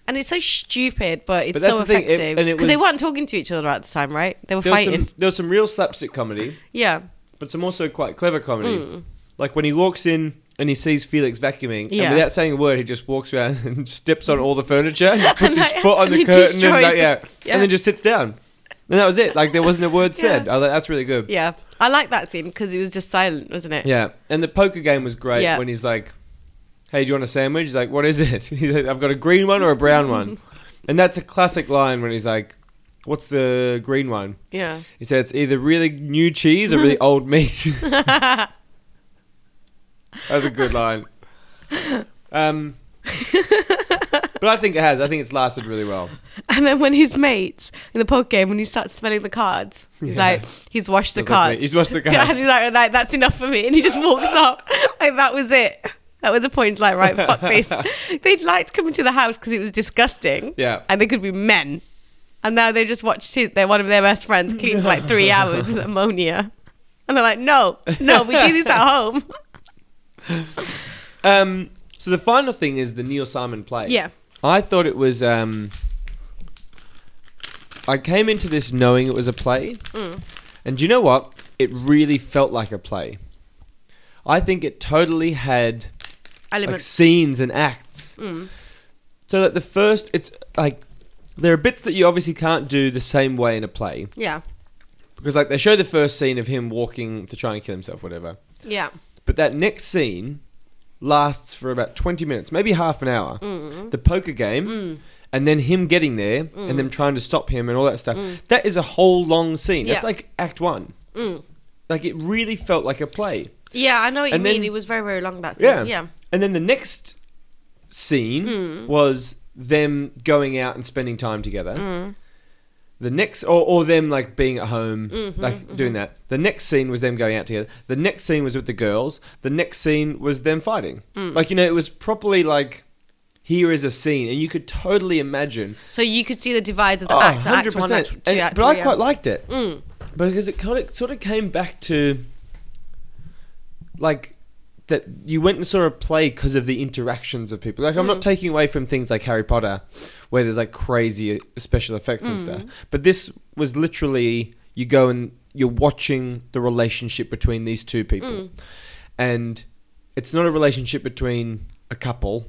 [SPEAKER 2] And it's so stupid, but it's
[SPEAKER 1] But that's
[SPEAKER 2] so
[SPEAKER 1] the thing, it-
[SPEAKER 2] effective.
[SPEAKER 1] and it
[SPEAKER 2] Because they
[SPEAKER 1] was-
[SPEAKER 2] weren't talking to each other at the time, right? They were
[SPEAKER 1] There was,
[SPEAKER 2] fighting.
[SPEAKER 1] some, there was some real slapstick comedy,
[SPEAKER 2] Yeah.
[SPEAKER 1] but some also quite clever comedy.
[SPEAKER 2] Hmm.
[SPEAKER 1] Like when he walks in and he sees Felix vacuuming,
[SPEAKER 2] Yeah.
[SPEAKER 1] and without saying a word, he just walks around and steps on all the furniture, and puts his
[SPEAKER 2] like-
[SPEAKER 1] foot on
[SPEAKER 2] and
[SPEAKER 1] the
[SPEAKER 2] he
[SPEAKER 1] curtain, and like,
[SPEAKER 2] destroys
[SPEAKER 1] yeah,
[SPEAKER 2] it. Yeah.
[SPEAKER 1] and then just sits down. And that was it. Like there wasn't a word said.
[SPEAKER 2] Yeah.
[SPEAKER 1] I was like, that's really good.
[SPEAKER 2] Yeah. I like that scene because it was just silent, wasn't it?
[SPEAKER 1] Yeah, and the poker game was great
[SPEAKER 2] Yeah.
[SPEAKER 1] when he's like, "Hey, do you want a sandwich?" He's like, "What is it?" He's like, "I've got a green one or a brown one," and that's a classic line when he's like, "What's the green one?"
[SPEAKER 2] Yeah.
[SPEAKER 1] He said, "It's either really new cheese or really old meat." that's a good line. Um, but I think it has. I think it's lasted really well.
[SPEAKER 2] And then when his mates in the poker game, when he starts smelling the cards, he's like, he's washed the
[SPEAKER 1] That's like
[SPEAKER 2] card.
[SPEAKER 1] me. He's washed the
[SPEAKER 2] Yeah,
[SPEAKER 1] card.
[SPEAKER 2] and he's like, like, that's enough for me. And he just walks up. Like, that was it. That was the point. Like, right, fuck this. They'd liked coming to the house because it was disgusting.
[SPEAKER 1] Yeah.
[SPEAKER 2] And they could be men. And now they just watched his, their, one of their best friends clean for like three hours with ammonia. And they're like, no, no, we do this at home.
[SPEAKER 1] Um, so the final thing is the Neil Simon play.
[SPEAKER 2] Yeah.
[SPEAKER 1] I thought it was. Um, I came into this knowing it was a play, and do you know what? It really felt like a play. I think it totally had like
[SPEAKER 2] Elements. Mm.
[SPEAKER 1] scenes and acts. So that the first, it's like there are bits that you obviously can't do the same way in a play
[SPEAKER 2] yeah.
[SPEAKER 1] because like they show the first scene of him walking to try and kill himself, whatever.
[SPEAKER 2] Yeah.
[SPEAKER 1] But that next scene lasts for about 20 minutes, maybe half an hour.
[SPEAKER 2] Mm.
[SPEAKER 1] The poker game, and then him getting there, and them trying to stop him, and all that stuff. That is a whole long scene. That's
[SPEAKER 2] Mm. Yeah. Mm.
[SPEAKER 1] like act one. Like it really felt like a play.
[SPEAKER 2] Yeah, I know what you
[SPEAKER 1] And
[SPEAKER 2] mean.
[SPEAKER 1] then-
[SPEAKER 2] it was very, very long that scene.
[SPEAKER 1] Yeah.
[SPEAKER 2] Yeah. Yeah. Hmm.
[SPEAKER 1] And then the next scene was them going out and spending time together.
[SPEAKER 2] Hmm.
[SPEAKER 1] The next, or, or them like being at home,
[SPEAKER 2] Mm-hmm,
[SPEAKER 1] like doing that. The next scene was them going out together. The next scene was with the girls. The next scene was them fighting.
[SPEAKER 2] Hmm.
[SPEAKER 1] Like, you know, it was properly like, here is a scene. And you could totally imagine
[SPEAKER 2] So you could see the divides of the
[SPEAKER 1] Oh,
[SPEAKER 2] acts. Act one, act
[SPEAKER 1] 100%.
[SPEAKER 2] two,
[SPEAKER 1] And-
[SPEAKER 2] act
[SPEAKER 1] but I
[SPEAKER 2] three, yeah. Hmm.
[SPEAKER 1] quite liked it because it kind of sort of came back to like that you went and saw a play because of the interactions of people. Like I'm not taking away from things like Harry Potter where there's like crazy uh, special effects and stuff, but this was literally you go and you're watching the relationship between these two people, and it's not a relationship between a couple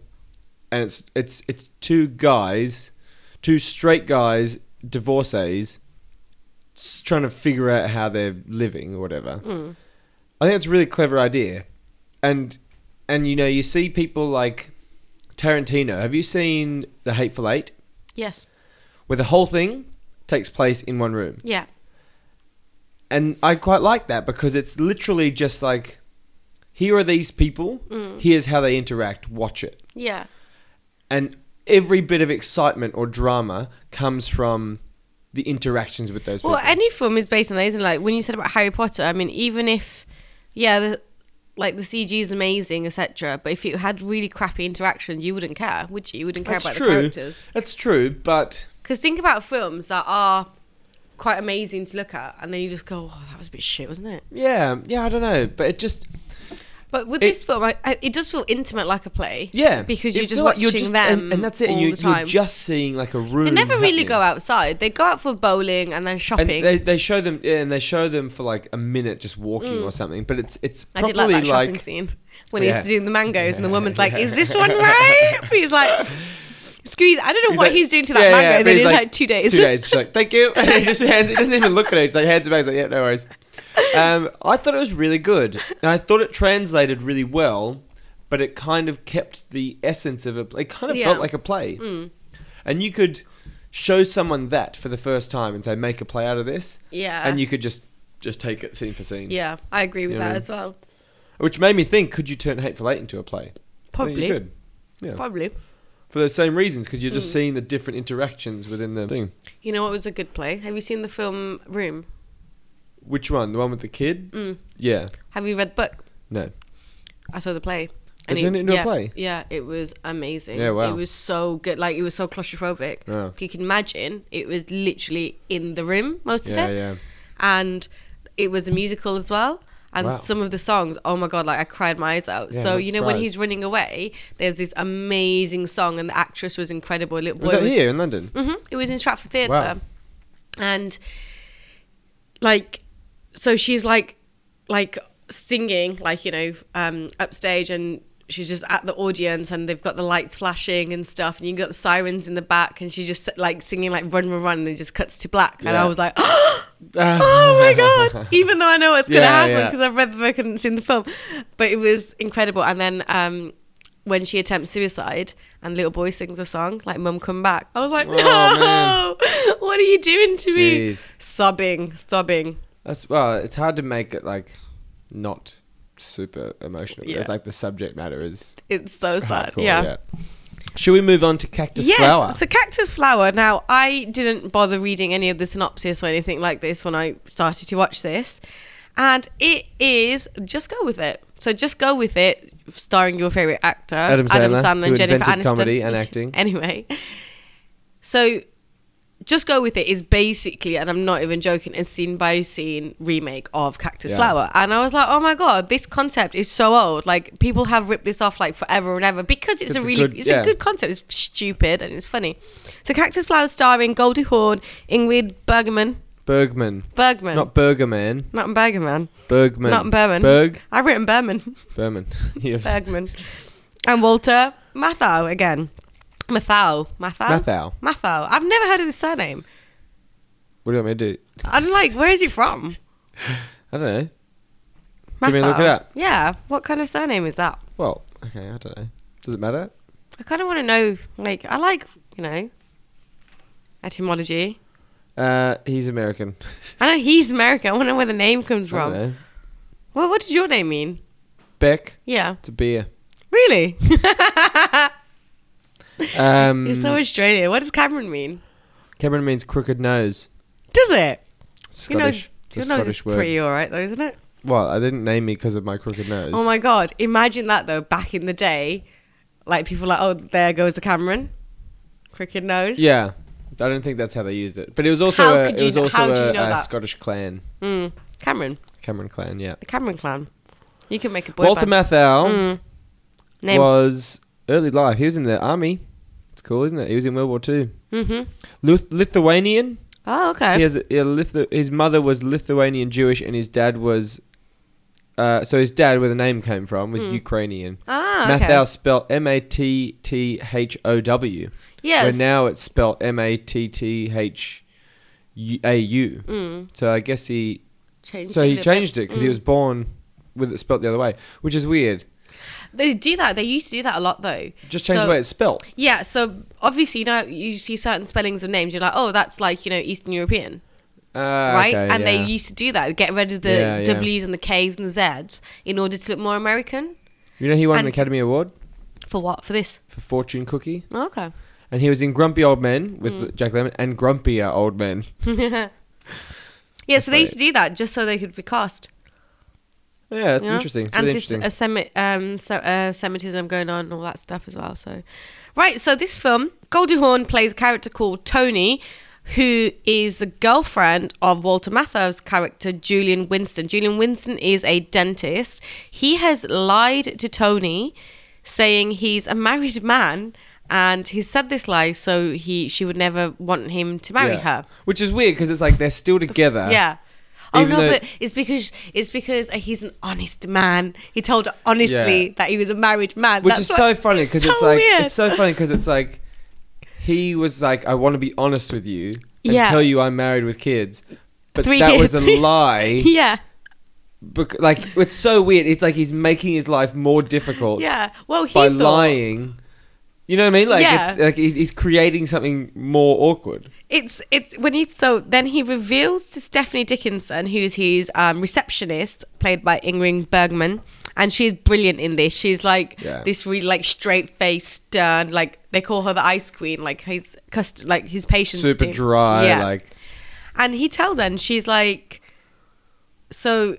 [SPEAKER 1] and it's it's it's two guys, two straight guys, divorcees, s- trying to figure out how they're living or whatever. I think it's a really clever idea, and and you know you see people like Tarantino. Have you seen The Hateful Eight,
[SPEAKER 2] Yes.
[SPEAKER 1] where the whole thing takes place in one room?
[SPEAKER 2] Yeah.
[SPEAKER 1] and I quite like that because it's literally just like, here are these people, here's how they interact. Watch it.
[SPEAKER 2] Yeah.
[SPEAKER 1] and every bit of excitement or drama comes from the interactions with those people.
[SPEAKER 2] Well, any film is based on that, isn't it? Like when you said about Harry Potter, I mean, even if, yeah, the, like the CG is amazing, etc. But if you had really crappy interactions, you wouldn't care, would you? You wouldn't care
[SPEAKER 1] That's
[SPEAKER 2] about
[SPEAKER 1] true.
[SPEAKER 2] the characters.
[SPEAKER 1] That's true, but
[SPEAKER 2] Because think about films that are quite amazing to look at, and then you just go, "Oh, that was a bit shit, wasn't it?"
[SPEAKER 1] yeah, yeah, I don't know, but it just
[SPEAKER 2] But with
[SPEAKER 1] It-
[SPEAKER 2] this film, I, I, it does feel intimate, like a play.
[SPEAKER 1] yeah,
[SPEAKER 2] because
[SPEAKER 1] You
[SPEAKER 2] you're just
[SPEAKER 1] feel like
[SPEAKER 2] watching
[SPEAKER 1] you're
[SPEAKER 2] them,
[SPEAKER 1] and, and that's it.
[SPEAKER 2] All
[SPEAKER 1] and you,
[SPEAKER 2] the time.
[SPEAKER 1] You're just seeing like a room.
[SPEAKER 2] they never really
[SPEAKER 1] happening.
[SPEAKER 2] go outside. They go out for bowling and then
[SPEAKER 1] And
[SPEAKER 2] shopping. Mm.
[SPEAKER 1] they, they show them, yeah, and they show them for like a minute just walking or something. But it's it's
[SPEAKER 2] I did
[SPEAKER 1] properly
[SPEAKER 2] like that
[SPEAKER 1] like,
[SPEAKER 2] shopping scene when
[SPEAKER 1] Yeah.
[SPEAKER 2] he's doing the mangoes and the woman's like, "Is this one right?" He's like, "Squeeze." I don't know
[SPEAKER 1] He's
[SPEAKER 2] what
[SPEAKER 1] like-
[SPEAKER 2] he's doing to that
[SPEAKER 1] Yeah,
[SPEAKER 2] mango.
[SPEAKER 1] yeah,
[SPEAKER 2] and
[SPEAKER 1] but
[SPEAKER 2] then
[SPEAKER 1] he's
[SPEAKER 2] it's like, two days.
[SPEAKER 1] Two days. She's like, thank you. And he just hands. He doesn't even look at her. He's like, hands it back. He's like, yeah, no worries. Um, I thought it was really good, and I thought it translated really well, but it kind of kept the essence of a. It kind of
[SPEAKER 2] Yeah. Mm.
[SPEAKER 1] felt like a play, and you could show someone that for the first time and say, make a play out of this,
[SPEAKER 2] yeah.
[SPEAKER 1] and you could just just take it scene for scene.
[SPEAKER 2] Uh, yeah, I agree with
[SPEAKER 1] You know what I
[SPEAKER 2] that
[SPEAKER 1] mean?
[SPEAKER 2] as well.
[SPEAKER 1] Which made me think, could you turn Hateful Eight into a play? I think you
[SPEAKER 2] Probably,
[SPEAKER 1] could. Yeah.
[SPEAKER 2] probably.
[SPEAKER 1] For those same reasons, because you're
[SPEAKER 2] Mm.
[SPEAKER 1] just seeing the different interactions within the thing.
[SPEAKER 2] You know what was a good play? Have you seen the film Room?
[SPEAKER 1] Which one? The one with the kid?
[SPEAKER 2] Mm.
[SPEAKER 1] Yeah.
[SPEAKER 2] Have you read the book?
[SPEAKER 1] No.
[SPEAKER 2] I saw the play.
[SPEAKER 1] They turned it into a
[SPEAKER 2] yeah,
[SPEAKER 1] play?
[SPEAKER 2] Yeah, it was amazing.
[SPEAKER 1] Yeah, wow.
[SPEAKER 2] It was so good. Like it was so claustrophobic.
[SPEAKER 1] Yeah.
[SPEAKER 2] If you can imagine, it was literally in the room most of
[SPEAKER 1] Yeah,
[SPEAKER 2] it.
[SPEAKER 1] yeah.
[SPEAKER 2] and it was a musical as well. And
[SPEAKER 1] Wow.
[SPEAKER 2] some of the songs, oh my god, like I cried my eyes out.
[SPEAKER 1] Yeah,
[SPEAKER 2] so
[SPEAKER 1] I'm
[SPEAKER 2] you know when
[SPEAKER 1] surprised.
[SPEAKER 2] he's running away, there's this amazing song, and the actress was incredible. Little
[SPEAKER 1] Was
[SPEAKER 2] boy
[SPEAKER 1] that
[SPEAKER 2] was-
[SPEAKER 1] here in London?
[SPEAKER 2] hmm It was in Stratford Theatre.
[SPEAKER 1] Wow.
[SPEAKER 2] And like, so she's like, like singing, like, you know, um, upstage and she's just at the audience and they've got the lights flashing and stuff and you got the sirens in the back and she just like singing like run, run, run and it just cuts to black. And
[SPEAKER 1] Yeah.
[SPEAKER 2] I was like, oh my god even though i know what's going to
[SPEAKER 1] Yeah,
[SPEAKER 2] happen
[SPEAKER 1] yeah.
[SPEAKER 2] because i've read the book and seen the film but it was incredible and then um when she attempts suicide and little boy sings a song like mum come back i was like no
[SPEAKER 1] Oh,
[SPEAKER 2] what are you doing to me
[SPEAKER 1] Jeez.
[SPEAKER 2] sobbing sobbing
[SPEAKER 1] That's well, it's hard to make it like not super emotional.
[SPEAKER 2] Yeah.
[SPEAKER 1] It's like the subject matter is
[SPEAKER 2] it's
[SPEAKER 1] Oh,
[SPEAKER 2] so sad
[SPEAKER 1] hardcore,
[SPEAKER 2] yeah,
[SPEAKER 1] Should we move on to cactus
[SPEAKER 2] yes
[SPEAKER 1] flower?
[SPEAKER 2] so cactus flower now i didn't bother reading any of the synopsis or anything like this when i started to watch this and it is just go with it so just go with it starring your favorite actor
[SPEAKER 1] Adam Sandler, who
[SPEAKER 2] and jennifer
[SPEAKER 1] invented
[SPEAKER 2] aniston
[SPEAKER 1] comedy and acting.
[SPEAKER 2] anyway so just go with it is basically and i'm not even joking a scene by scene remake of cactus
[SPEAKER 1] Yeah.
[SPEAKER 2] flower and i was like oh my god this concept is so old like people have ripped this off like forever and ever because it's,
[SPEAKER 1] It's
[SPEAKER 2] a
[SPEAKER 1] a
[SPEAKER 2] really
[SPEAKER 1] good-
[SPEAKER 2] it's
[SPEAKER 1] yeah.
[SPEAKER 2] a good concept it's stupid and it's funny so cactus flower starring goldie hawn ingrid bergman
[SPEAKER 1] Bergman.
[SPEAKER 2] bergman
[SPEAKER 1] Not Burgerman.
[SPEAKER 2] not bergman
[SPEAKER 1] Bergman.
[SPEAKER 2] not berman
[SPEAKER 1] Berg.
[SPEAKER 2] i've written berman
[SPEAKER 1] Berman. You've-
[SPEAKER 2] bergman and walter mathau again mathau mathau
[SPEAKER 1] Mathau.
[SPEAKER 2] mathau i've never heard of his surname
[SPEAKER 1] What do you want me to do?
[SPEAKER 2] I'm like, where is he from?
[SPEAKER 1] I don't know. Do you want me to look it
[SPEAKER 2] Mathau.
[SPEAKER 1] up?
[SPEAKER 2] Yeah. What kind of surname is that?
[SPEAKER 1] Well, okay, I don't know. Does it matter?
[SPEAKER 2] I kind of want to know. Like, I like, you know, etymology.
[SPEAKER 1] Uh, he's American.
[SPEAKER 2] I know he's American. I want to know where the name comes
[SPEAKER 1] I don't
[SPEAKER 2] from.
[SPEAKER 1] know.
[SPEAKER 2] Well, what does your name mean?
[SPEAKER 1] Beck.
[SPEAKER 2] Yeah.
[SPEAKER 1] It's a beer.
[SPEAKER 2] Really?
[SPEAKER 1] Um,
[SPEAKER 2] You're so Australian. What does Cameron mean?
[SPEAKER 1] Cameron means crooked nose.
[SPEAKER 2] Does it? Your
[SPEAKER 1] Scottish.
[SPEAKER 2] nose,
[SPEAKER 1] it's a
[SPEAKER 2] your nose is
[SPEAKER 1] Scottish word.
[SPEAKER 2] pretty all right, though, isn't it?
[SPEAKER 1] Well, I didn't name me because of my crooked nose.
[SPEAKER 2] Oh my God. Imagine that, though, back in the day. Like, people like, oh, there goes a Cameron. Crooked nose.
[SPEAKER 1] Yeah, I don't think that's how they used it. But it was also
[SPEAKER 2] How
[SPEAKER 1] a,
[SPEAKER 2] could
[SPEAKER 1] it
[SPEAKER 2] you
[SPEAKER 1] was
[SPEAKER 2] kn-
[SPEAKER 1] also
[SPEAKER 2] how do you
[SPEAKER 1] a,
[SPEAKER 2] know
[SPEAKER 1] a
[SPEAKER 2] that?
[SPEAKER 1] Scottish clan,
[SPEAKER 2] Mm. Cameron.
[SPEAKER 1] Cameron clan. Yeah,
[SPEAKER 2] The Cameron clan. You can make a boy
[SPEAKER 1] Walter
[SPEAKER 2] band.
[SPEAKER 1] Matthau
[SPEAKER 2] Mm. Name.
[SPEAKER 1] was early life. He was in the army. It's cool, isn't it? He was in World War Two.
[SPEAKER 2] hmm
[SPEAKER 1] Lith- Lithuanian.
[SPEAKER 2] Oh, okay.
[SPEAKER 1] He has a, a Lithu- his mother was Lithuanian Jewish, and his dad was. Uh, so his dad, where the name came from, was Ukrainian.
[SPEAKER 2] Ah, Hmm. okay.
[SPEAKER 1] Matthau spelled M A T T H O W. Where
[SPEAKER 2] Yes.
[SPEAKER 1] now it's spelled M A T T H A U. So I guess he.
[SPEAKER 2] Mm. Changed
[SPEAKER 1] so
[SPEAKER 2] it a
[SPEAKER 1] he
[SPEAKER 2] little bit. Mm.
[SPEAKER 1] changed it because he was born with it spelt the other way, which is weird.
[SPEAKER 2] They do that. They used to do that a lot, though.
[SPEAKER 1] Just change
[SPEAKER 2] So-
[SPEAKER 1] the way it's spelt.
[SPEAKER 2] Yeah. So obviously, you know, you see certain spellings of names. You're like, oh, that's like you know Eastern European,
[SPEAKER 1] Uh,
[SPEAKER 2] right?
[SPEAKER 1] okay,
[SPEAKER 2] and they
[SPEAKER 1] yeah.
[SPEAKER 2] used to do that. Get rid of the
[SPEAKER 1] Yeah, yeah.
[SPEAKER 2] W's and the K's and the Z's in order to look more American.
[SPEAKER 1] You know, he won an
[SPEAKER 2] and-
[SPEAKER 1] Academy Award
[SPEAKER 2] For what? For this?
[SPEAKER 1] for Fortune Cookie,
[SPEAKER 2] Oh, okay.
[SPEAKER 1] and he was in Grumpy Old Men with
[SPEAKER 2] Mm.
[SPEAKER 1] Jack Lemmon and Grumpier Old Men.
[SPEAKER 2] Yeah. so they
[SPEAKER 1] right.
[SPEAKER 2] used to do that just so they could be cast.
[SPEAKER 1] Yeah, that's
[SPEAKER 2] you know?
[SPEAKER 1] interesting. It's
[SPEAKER 2] And
[SPEAKER 1] really
[SPEAKER 2] just
[SPEAKER 1] interesting.
[SPEAKER 2] a semi, um, so, uh, Semitism going on and all that stuff as well. So, right. So this film, Goldie Hawn plays a character called Tony, who is the girlfriend of Walter Matthau's character Julian Winston. Julian Winston is a dentist. He has lied to Tony, saying he's a married man. And he said this lie so he she would never want him to uh, marry
[SPEAKER 1] Yeah.
[SPEAKER 2] her.
[SPEAKER 1] Which is weird because it's like they're still together.
[SPEAKER 2] Yeah.
[SPEAKER 1] Uh,
[SPEAKER 2] Oh
[SPEAKER 1] Even
[SPEAKER 2] no,
[SPEAKER 1] though-
[SPEAKER 2] but it's because it's because he's an honest man. He told her honestly
[SPEAKER 1] Yeah.
[SPEAKER 2] that he was a married man,
[SPEAKER 1] which
[SPEAKER 2] That's
[SPEAKER 1] is so
[SPEAKER 2] what-
[SPEAKER 1] funny because it's
[SPEAKER 2] so
[SPEAKER 1] like
[SPEAKER 2] weird.
[SPEAKER 1] it's so funny because it's like he was like I want to be honest with you and
[SPEAKER 2] Yeah.
[SPEAKER 1] tell you I'm married with kids, but
[SPEAKER 2] Three
[SPEAKER 1] that was
[SPEAKER 2] kids.
[SPEAKER 1] a lie.
[SPEAKER 2] yeah,
[SPEAKER 1] bec- like it's so weird. It's like he's making his life more difficult
[SPEAKER 2] yeah. Well, he
[SPEAKER 1] by
[SPEAKER 2] thought,
[SPEAKER 1] lying. You know what I mean? Like
[SPEAKER 2] Yeah.
[SPEAKER 1] it's like he's he's creating something more awkward.
[SPEAKER 2] it's it's when he so then he reveals to Stephanie Dickinson, who's his um, receptionist, played by Ingrid Bergman, and she's brilliant in this. She's like
[SPEAKER 1] Yeah.
[SPEAKER 2] this really like straight faced, stern, like they call her the ice queen, like his cust- like his patients
[SPEAKER 1] Super
[SPEAKER 2] do.
[SPEAKER 1] dry.
[SPEAKER 2] Yeah.
[SPEAKER 1] Like
[SPEAKER 2] And he tells her, and she's like, "So,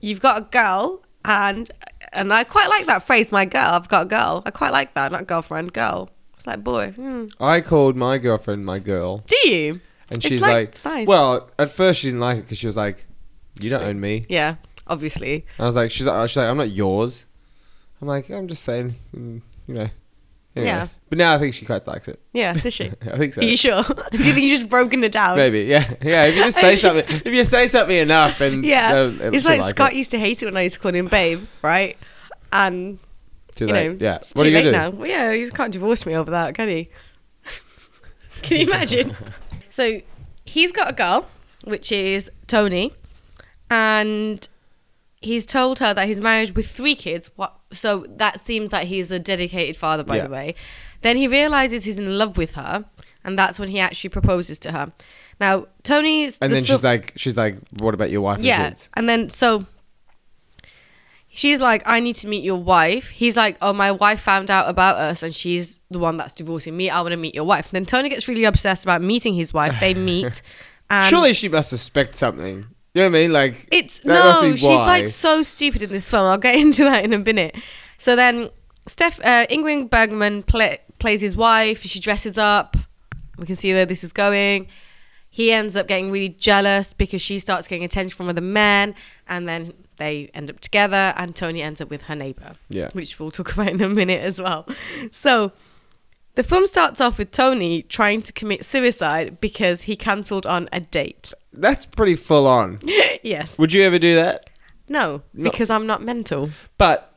[SPEAKER 2] you've got a girl, and and I quite like that phrase, my girl. I've got a girl. I quite like that, not girlfriend, girl. It's like boy. Hmm.
[SPEAKER 1] I called my girlfriend my girl,
[SPEAKER 2] Do you?
[SPEAKER 1] and
[SPEAKER 2] It's
[SPEAKER 1] she's
[SPEAKER 2] like-
[SPEAKER 1] like,
[SPEAKER 2] it's nice.
[SPEAKER 1] well, at first she didn't like it because she was like, you don't own me.
[SPEAKER 2] Yeah. obviously.
[SPEAKER 1] I was like, she's like, she's like, I'm not yours. I'm like, I'm just saying, mm, you know. Anyways. But now I think she quite likes it.
[SPEAKER 2] Yeah, does she?
[SPEAKER 1] I think so.
[SPEAKER 2] Are you sure? Do you think you just broken it down?
[SPEAKER 1] Maybe, yeah, yeah. If you just say something, if you say something enough, then
[SPEAKER 2] Oh, Yeah.
[SPEAKER 1] they'll- they'll-
[SPEAKER 2] it's
[SPEAKER 1] she'll
[SPEAKER 2] like, Scott
[SPEAKER 1] it.
[SPEAKER 2] used to hate it when I used to call him babe, right? And
[SPEAKER 1] Too
[SPEAKER 2] you
[SPEAKER 1] late.
[SPEAKER 2] know,
[SPEAKER 1] yeah.
[SPEAKER 2] it's
[SPEAKER 1] What
[SPEAKER 2] too
[SPEAKER 1] are you
[SPEAKER 2] late
[SPEAKER 1] gonna do?
[SPEAKER 2] now. Well, yeah, he just can't divorce me over that, can he? can you imagine? so he's got a girl, which is Tony, and he's told her that he's married with three kids. What? So that seems like he's a dedicated father, by
[SPEAKER 1] Yeah.
[SPEAKER 2] the way. Then he realizes he's in love with her, and that's when he actually proposes to her. Now Tony's
[SPEAKER 1] And
[SPEAKER 2] the
[SPEAKER 1] then
[SPEAKER 2] fil-
[SPEAKER 1] she's like, she's like, what about your wife
[SPEAKER 2] yeah.
[SPEAKER 1] and kids?
[SPEAKER 2] And then so she's like, I need to meet your wife. He's like, Oh, my wife found out about us and she's the one that's divorcing me. I want to meet your wife. And then Tony gets really obsessed about meeting his wife. They meet. And
[SPEAKER 1] Surely she must suspect something. You know what I mean? Like
[SPEAKER 2] it's
[SPEAKER 1] that must
[SPEAKER 2] no,
[SPEAKER 1] be
[SPEAKER 2] she's
[SPEAKER 1] why.
[SPEAKER 2] like so stupid in this film. I'll get into that in a minute. So then Steph uh, Ingrid Bergman play, plays his wife. She dresses up. We can see where this is going. He ends up getting really jealous because she starts getting attention from other men, and then they end up together. And Tony ends up with her neighbor,
[SPEAKER 1] Yeah.
[SPEAKER 2] which we'll talk about in a minute as well. So the film starts off with Tony trying to commit suicide because he cancelled on a date.
[SPEAKER 1] that's pretty full on.
[SPEAKER 2] yes.
[SPEAKER 1] Would you ever do that?
[SPEAKER 2] No,
[SPEAKER 1] No.
[SPEAKER 2] because I'm not mental.
[SPEAKER 1] But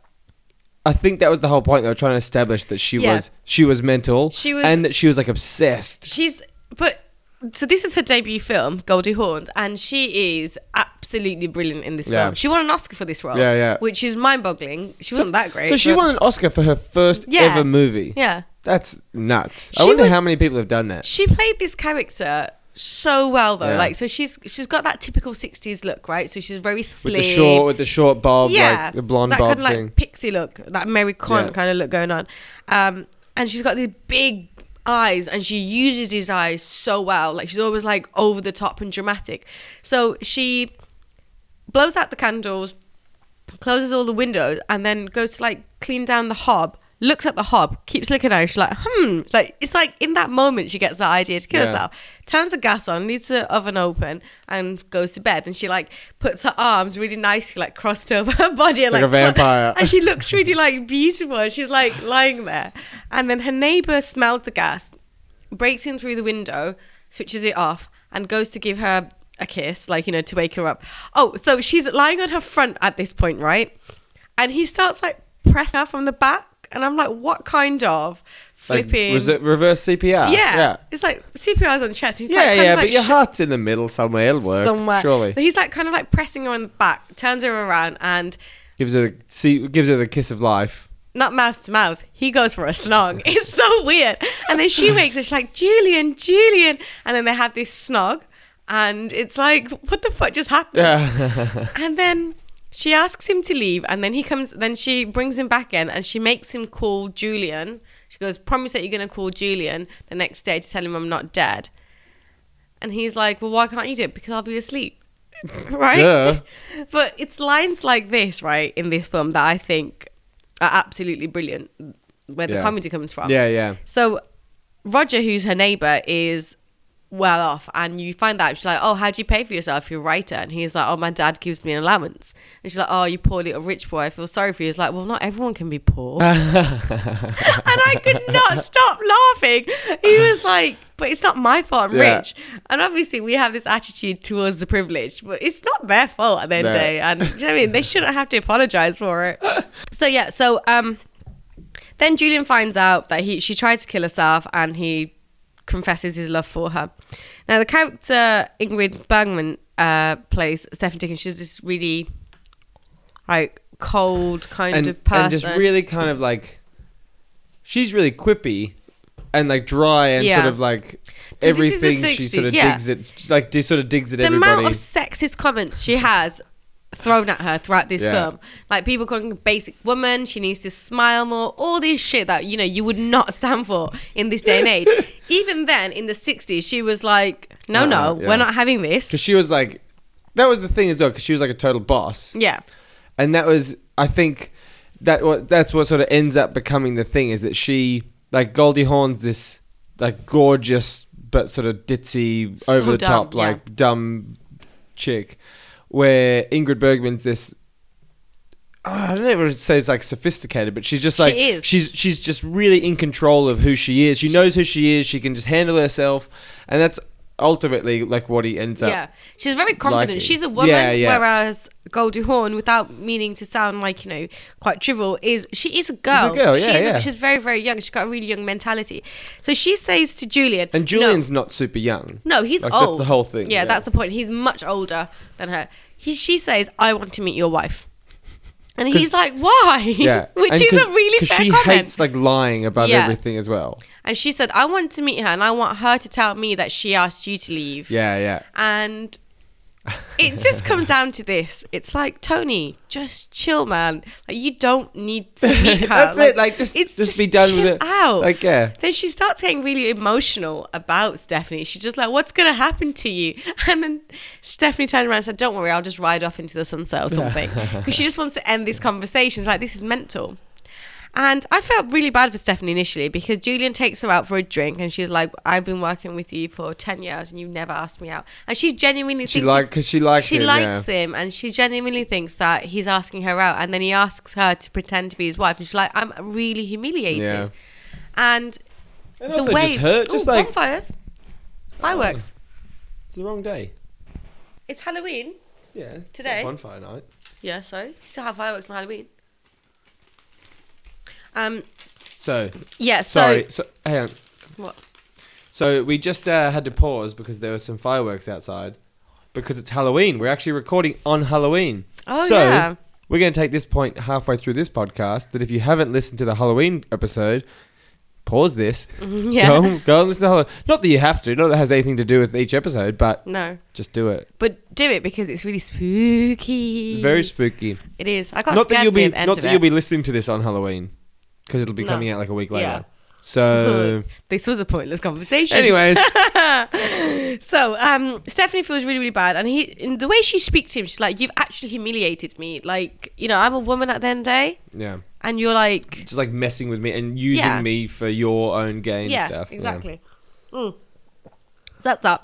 [SPEAKER 1] I think that was the whole point they were trying to establish that she
[SPEAKER 2] Yeah.
[SPEAKER 1] was she was mental
[SPEAKER 2] She was-
[SPEAKER 1] and that she was like obsessed.
[SPEAKER 2] She's but so this is her debut film, Goldie Hawn, and she is absolutely brilliant in this
[SPEAKER 1] Yeah.
[SPEAKER 2] film. She won an Oscar for this role.
[SPEAKER 1] Yeah, yeah.
[SPEAKER 2] Which is mind-boggling. She wasn't that great.
[SPEAKER 1] So she
[SPEAKER 2] but-
[SPEAKER 1] won an Oscar for her first
[SPEAKER 2] Yeah.
[SPEAKER 1] ever movie.
[SPEAKER 2] Yeah,
[SPEAKER 1] That's nuts. I
[SPEAKER 2] She
[SPEAKER 1] wonder
[SPEAKER 2] was-
[SPEAKER 1] how many people have done that.
[SPEAKER 2] she played this character so well though.
[SPEAKER 1] Yeah.
[SPEAKER 2] Like so she's she's got that typical '60s look, right? So she's very
[SPEAKER 1] With
[SPEAKER 2] slim.
[SPEAKER 1] the short with the short bob,
[SPEAKER 2] yeah,
[SPEAKER 1] like the blonde
[SPEAKER 2] that
[SPEAKER 1] bob
[SPEAKER 2] kind of like
[SPEAKER 1] thing.
[SPEAKER 2] pixie look, that Mary Quant
[SPEAKER 1] Yeah.
[SPEAKER 2] kind of look going on. Um, and she's got these big eyes, and she uses these eyes so well. Like she's always like over the top and dramatic. So she blows out the candles, closes all the windows, and then goes to like clean down the hob. Looks at the hob, keeps looking at it. She's like, hmm. Like it's like in that moment she gets that idea to kill
[SPEAKER 1] Yeah.
[SPEAKER 2] herself. Turns the gas on, leaves the oven open, and goes to bed. And she like puts her arms really nicely, like crossed over her body, and,
[SPEAKER 1] Like a
[SPEAKER 2] like,
[SPEAKER 1] vampire.
[SPEAKER 2] And she looks really like beautiful. And she's like lying there. And then her neighbor smells the gas, breaks in through the window, switches it off, and goes to give her a kiss, like, you know, to wake her up. Oh, so she's lying on her front at this point, right? And he starts like pressing her from the back. And I'm like, what kind of
[SPEAKER 1] Like,
[SPEAKER 2] flipping?
[SPEAKER 1] was it reverse CPR?
[SPEAKER 2] yeah. It's like CPR's on the chest. He's
[SPEAKER 1] Yeah,
[SPEAKER 2] like, kind of,
[SPEAKER 1] yeah,
[SPEAKER 2] like,
[SPEAKER 1] but your heart's in the middle somewhere. It'll work.
[SPEAKER 2] somewhere.
[SPEAKER 1] Surely.
[SPEAKER 2] So he's like kind of like pressing her on the back, turns her around, and
[SPEAKER 1] gives her the see, gives her the kiss of life.
[SPEAKER 2] not mouth to mouth. He goes for a snog. It's so weird. And then she wakes up. She's like, Julian, Julian. And then they have this snog, and it's like, what the fuck just happened?
[SPEAKER 1] Yeah.
[SPEAKER 2] And then she asks him to leave, and then he comes. Then she brings him back in, and she makes him call Julian. She goes, "Promise that you're gonna call Julian the next day to tell him I'm not dead." And he's like, "Well, why can't you do it? Because I'll be asleep." right?
[SPEAKER 1] Duh.
[SPEAKER 2] but it's lines like this, right, in this film that I think are absolutely brilliant, where the
[SPEAKER 1] Yeah.
[SPEAKER 2] comedy comes from.
[SPEAKER 1] Yeah, yeah.
[SPEAKER 2] So Roger, who's her neighbor, is well off, and you find that she's like, "Oh, how do you pay for yourself? You're a writer." And he's like, "Oh, my dad gives me an allowance." And she's like, "Oh, you poor little rich boy. I feel sorry for you." He's like, "Well, not everyone can be poor." and I could not stop laughing. He was like, "But it's not my fault. I'm
[SPEAKER 1] Yeah.
[SPEAKER 2] rich." And obviously, we have this attitude towards the privileged, but it's not their fault at the end of the
[SPEAKER 1] No.
[SPEAKER 2] day. And do you know what I mean? They shouldn't have to apologize for it. so yeah, so um. Then Julian finds out that he she tried to kill herself and he confesses his love for her. Now the character Ingrid Bergman uh, plays Stephanie Dickens. She's this really like cold kind
[SPEAKER 1] and,
[SPEAKER 2] of person.
[SPEAKER 1] and just really kind of like she's really quippy and like dry and
[SPEAKER 2] Yeah.
[SPEAKER 1] sort of like
[SPEAKER 2] So this is the
[SPEAKER 1] everything she
[SPEAKER 2] 60s,
[SPEAKER 1] sort of
[SPEAKER 2] yeah.
[SPEAKER 1] digs at like di- sort of digs at
[SPEAKER 2] the
[SPEAKER 1] everybody
[SPEAKER 2] amount of sexist comments she has thrown at her throughout this
[SPEAKER 1] Yeah.
[SPEAKER 2] film, like people calling her a basic woman, she needs to smile more, all this shit that you know you would not stand for in this day and age. Even then, in the '60s, she was like, "No, no,
[SPEAKER 1] Uh-uh, yeah.
[SPEAKER 2] we're not having this."
[SPEAKER 1] because she was like that was the thing as well because she was like a total boss
[SPEAKER 2] yeah.
[SPEAKER 1] and that was I think that what that's what sort of ends up becoming the thing is that she like Goldie Hawn's this like gorgeous but sort of ditzy
[SPEAKER 2] So
[SPEAKER 1] over the top
[SPEAKER 2] dumb, yeah.
[SPEAKER 1] like dumb chick where Ingrid Bergman's this I don't ever say it's like sophisticated, but she's just like
[SPEAKER 2] is.
[SPEAKER 1] she's she's just really in control of who she is. She knows who she is. She can just handle herself, and that's ultimately like what he ends
[SPEAKER 2] yeah,
[SPEAKER 1] up.
[SPEAKER 2] she's very confident.
[SPEAKER 1] Like it.
[SPEAKER 2] She's a woman,
[SPEAKER 1] Yeah, yeah.
[SPEAKER 2] whereas Goldie Horn, without meaning to sound like you know quite trivial, is she is a girl.
[SPEAKER 1] girl, yeah,
[SPEAKER 2] she's,
[SPEAKER 1] yeah.
[SPEAKER 2] she's very very young. She's got a really young mentality. So she says to Julian,
[SPEAKER 1] And
[SPEAKER 2] "No."
[SPEAKER 1] Julian's not super young.
[SPEAKER 2] No, he's
[SPEAKER 1] Like, that's
[SPEAKER 2] old.
[SPEAKER 1] the whole thing,
[SPEAKER 2] Yeah,
[SPEAKER 1] yeah.
[SPEAKER 2] that's the point. He's much older than her. He, she says, "I want to meet your wife," and he's like, "Why?"
[SPEAKER 1] Yeah,
[SPEAKER 2] which
[SPEAKER 1] And
[SPEAKER 2] is
[SPEAKER 1] 'cause-
[SPEAKER 2] a really
[SPEAKER 1] 'cause
[SPEAKER 2] fair
[SPEAKER 1] she
[SPEAKER 2] comment.
[SPEAKER 1] hates like lying about
[SPEAKER 2] Yeah.
[SPEAKER 1] everything as well.
[SPEAKER 2] and she said, "I want to meet her, and I want her to tell me that she asked you to leave."
[SPEAKER 1] Yeah, yeah.
[SPEAKER 2] and it just comes down to this. It's like Tony, just chill, man. Like you don't need to meet her.
[SPEAKER 1] That's it, like, just- just be done with
[SPEAKER 2] chill
[SPEAKER 1] it.
[SPEAKER 2] Out.
[SPEAKER 1] Like, yeah.
[SPEAKER 2] Then she starts getting really emotional about Stephanie. She's just like, "What's gonna happen to you?" And then Stephanie turned around and said, "Don't worry, I'll just ride off into the sunset or something," because she just wants to end this conversation. She's like, "This is mental." And I felt really bad for Stephanie initially because Julian takes her out for a drink and she's like, I've been working with you for 10 years and you've never asked me out. And she genuinely
[SPEAKER 1] She
[SPEAKER 2] thinks.
[SPEAKER 1] like
[SPEAKER 2] he's-
[SPEAKER 1] because she likes.
[SPEAKER 2] she
[SPEAKER 1] him,
[SPEAKER 2] likes
[SPEAKER 1] yeah.
[SPEAKER 2] him and she genuinely thinks that he's asking her out. And then he asks her to pretend to be his wife. And she's like, I'm really humiliated.
[SPEAKER 1] Yeah.
[SPEAKER 2] And,
[SPEAKER 1] And
[SPEAKER 2] the
[SPEAKER 1] also
[SPEAKER 2] way.
[SPEAKER 1] just hurt, just
[SPEAKER 2] Ooh,
[SPEAKER 1] like Oh.
[SPEAKER 2] bonfires. Fireworks.
[SPEAKER 1] it's the wrong day.
[SPEAKER 2] It's Halloween.
[SPEAKER 1] Yeah, it's
[SPEAKER 2] Today?
[SPEAKER 1] not bonfire night.
[SPEAKER 2] Yeah, so still have fireworks on Halloween. Um,
[SPEAKER 1] So
[SPEAKER 2] yeah, so.
[SPEAKER 1] sorry. So hang on.
[SPEAKER 2] What?
[SPEAKER 1] So we just uh, had to pause because there were some fireworks outside because it's Halloween. We're actually recording on Halloween.
[SPEAKER 2] Oh,
[SPEAKER 1] so,
[SPEAKER 2] yeah.
[SPEAKER 1] We're going to take this point halfway through this podcast that if you haven't listened to the Halloween episode, pause this.
[SPEAKER 2] Mm-hmm, yeah.
[SPEAKER 1] Go, go and listen to Halloween. Not that you have to, not that it has anything to do with each episode, but
[SPEAKER 2] No.
[SPEAKER 1] just do it.
[SPEAKER 2] But do it because it's really spooky.
[SPEAKER 1] It's very spooky.
[SPEAKER 2] It is. I got
[SPEAKER 1] not
[SPEAKER 2] scared
[SPEAKER 1] that you'll be
[SPEAKER 2] near the end
[SPEAKER 1] not
[SPEAKER 2] of
[SPEAKER 1] that
[SPEAKER 2] it.
[SPEAKER 1] you'll be listening to this on Halloween because it'll be
[SPEAKER 2] No.
[SPEAKER 1] coming out like a week later.
[SPEAKER 2] Yeah.
[SPEAKER 1] So,
[SPEAKER 2] this was a pointless conversation.
[SPEAKER 1] anyways,
[SPEAKER 2] so um, Stephanie feels really, really bad, and he, in the way she speaks to him, she's like, "You've actually humiliated me. Like, you know, I'm a woman at the end of the day,
[SPEAKER 1] yeah,
[SPEAKER 2] and you're like,
[SPEAKER 1] just like messing with me and using
[SPEAKER 2] Yeah.
[SPEAKER 1] me for your own gain
[SPEAKER 2] yeah,
[SPEAKER 1] stuff. yeah.
[SPEAKER 2] exactly." Mm. So that's that.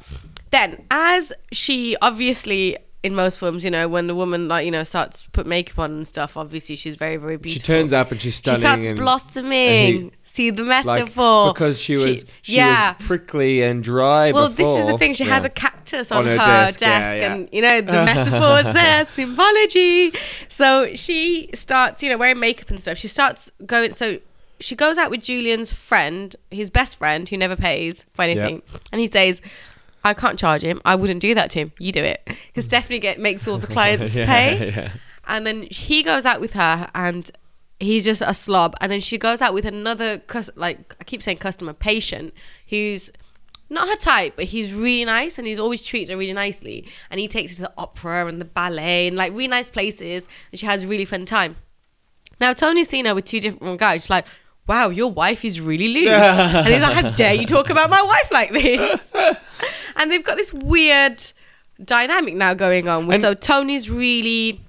[SPEAKER 2] Then, as she obviously in most films, you know, when the woman like you know starts to put makeup on and stuff, obviously she's very, very beautiful.
[SPEAKER 1] She turns up and she's stunning.
[SPEAKER 2] She starts
[SPEAKER 1] and,
[SPEAKER 2] blossoming.
[SPEAKER 1] and he-
[SPEAKER 2] See the
[SPEAKER 1] like,
[SPEAKER 2] metaphor.
[SPEAKER 1] because she was she
[SPEAKER 2] yeah.
[SPEAKER 1] was prickly and dry.
[SPEAKER 2] well,
[SPEAKER 1] before.
[SPEAKER 2] this is the thing. She has
[SPEAKER 1] Yeah.
[SPEAKER 2] a cactus on,
[SPEAKER 1] On her
[SPEAKER 2] her, desk,
[SPEAKER 1] desk, yeah, yeah.
[SPEAKER 2] and you know the metaphor is there, symbology. So she starts, you know, wearing makeup and stuff. She starts going. So she goes out with Julian's friend, his best friend, who never pays for anything, and he says. I can't charge him. I wouldn't do that to him. You do it because Stephanie get, makes all the clients
[SPEAKER 1] Hmm. Yeah,
[SPEAKER 2] pay.
[SPEAKER 1] yeah.
[SPEAKER 2] And then he goes out with her, and he's just a slob. And then she goes out with another, cus- like I keep saying, customer patient, who's not her type, but he's really nice, and he's always treated her really nicely. And he takes her to the opera and the ballet, and like really nice places. And she has a really fun time. Now Tony's seen her with two different guys. She's like, "Wow, your wife is really loose." and he's like, "How dare you talk about my wife like this?" and they've got this weird dynamic now going on.
[SPEAKER 1] And-
[SPEAKER 2] so Tony's really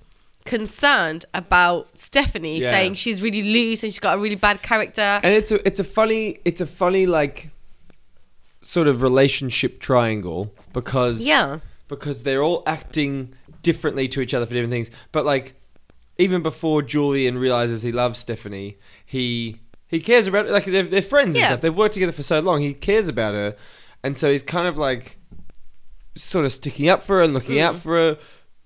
[SPEAKER 2] concerned about Stephanie,
[SPEAKER 1] Yeah.
[SPEAKER 2] saying she's really loose and she's got a really bad character.
[SPEAKER 1] and it's a it's a funny it's a funny like sort of relationship triangle because
[SPEAKER 2] Yeah.
[SPEAKER 1] because they're all acting differently to each other for different things but like even before Julian realizes he loves Stephanie he he cares about like they're, they're friends
[SPEAKER 2] Yeah.
[SPEAKER 1] and stuff they've worked together for so long he cares about her and so he's kind of like sort of sticking up for her and looking out
[SPEAKER 2] Mm.
[SPEAKER 1] for her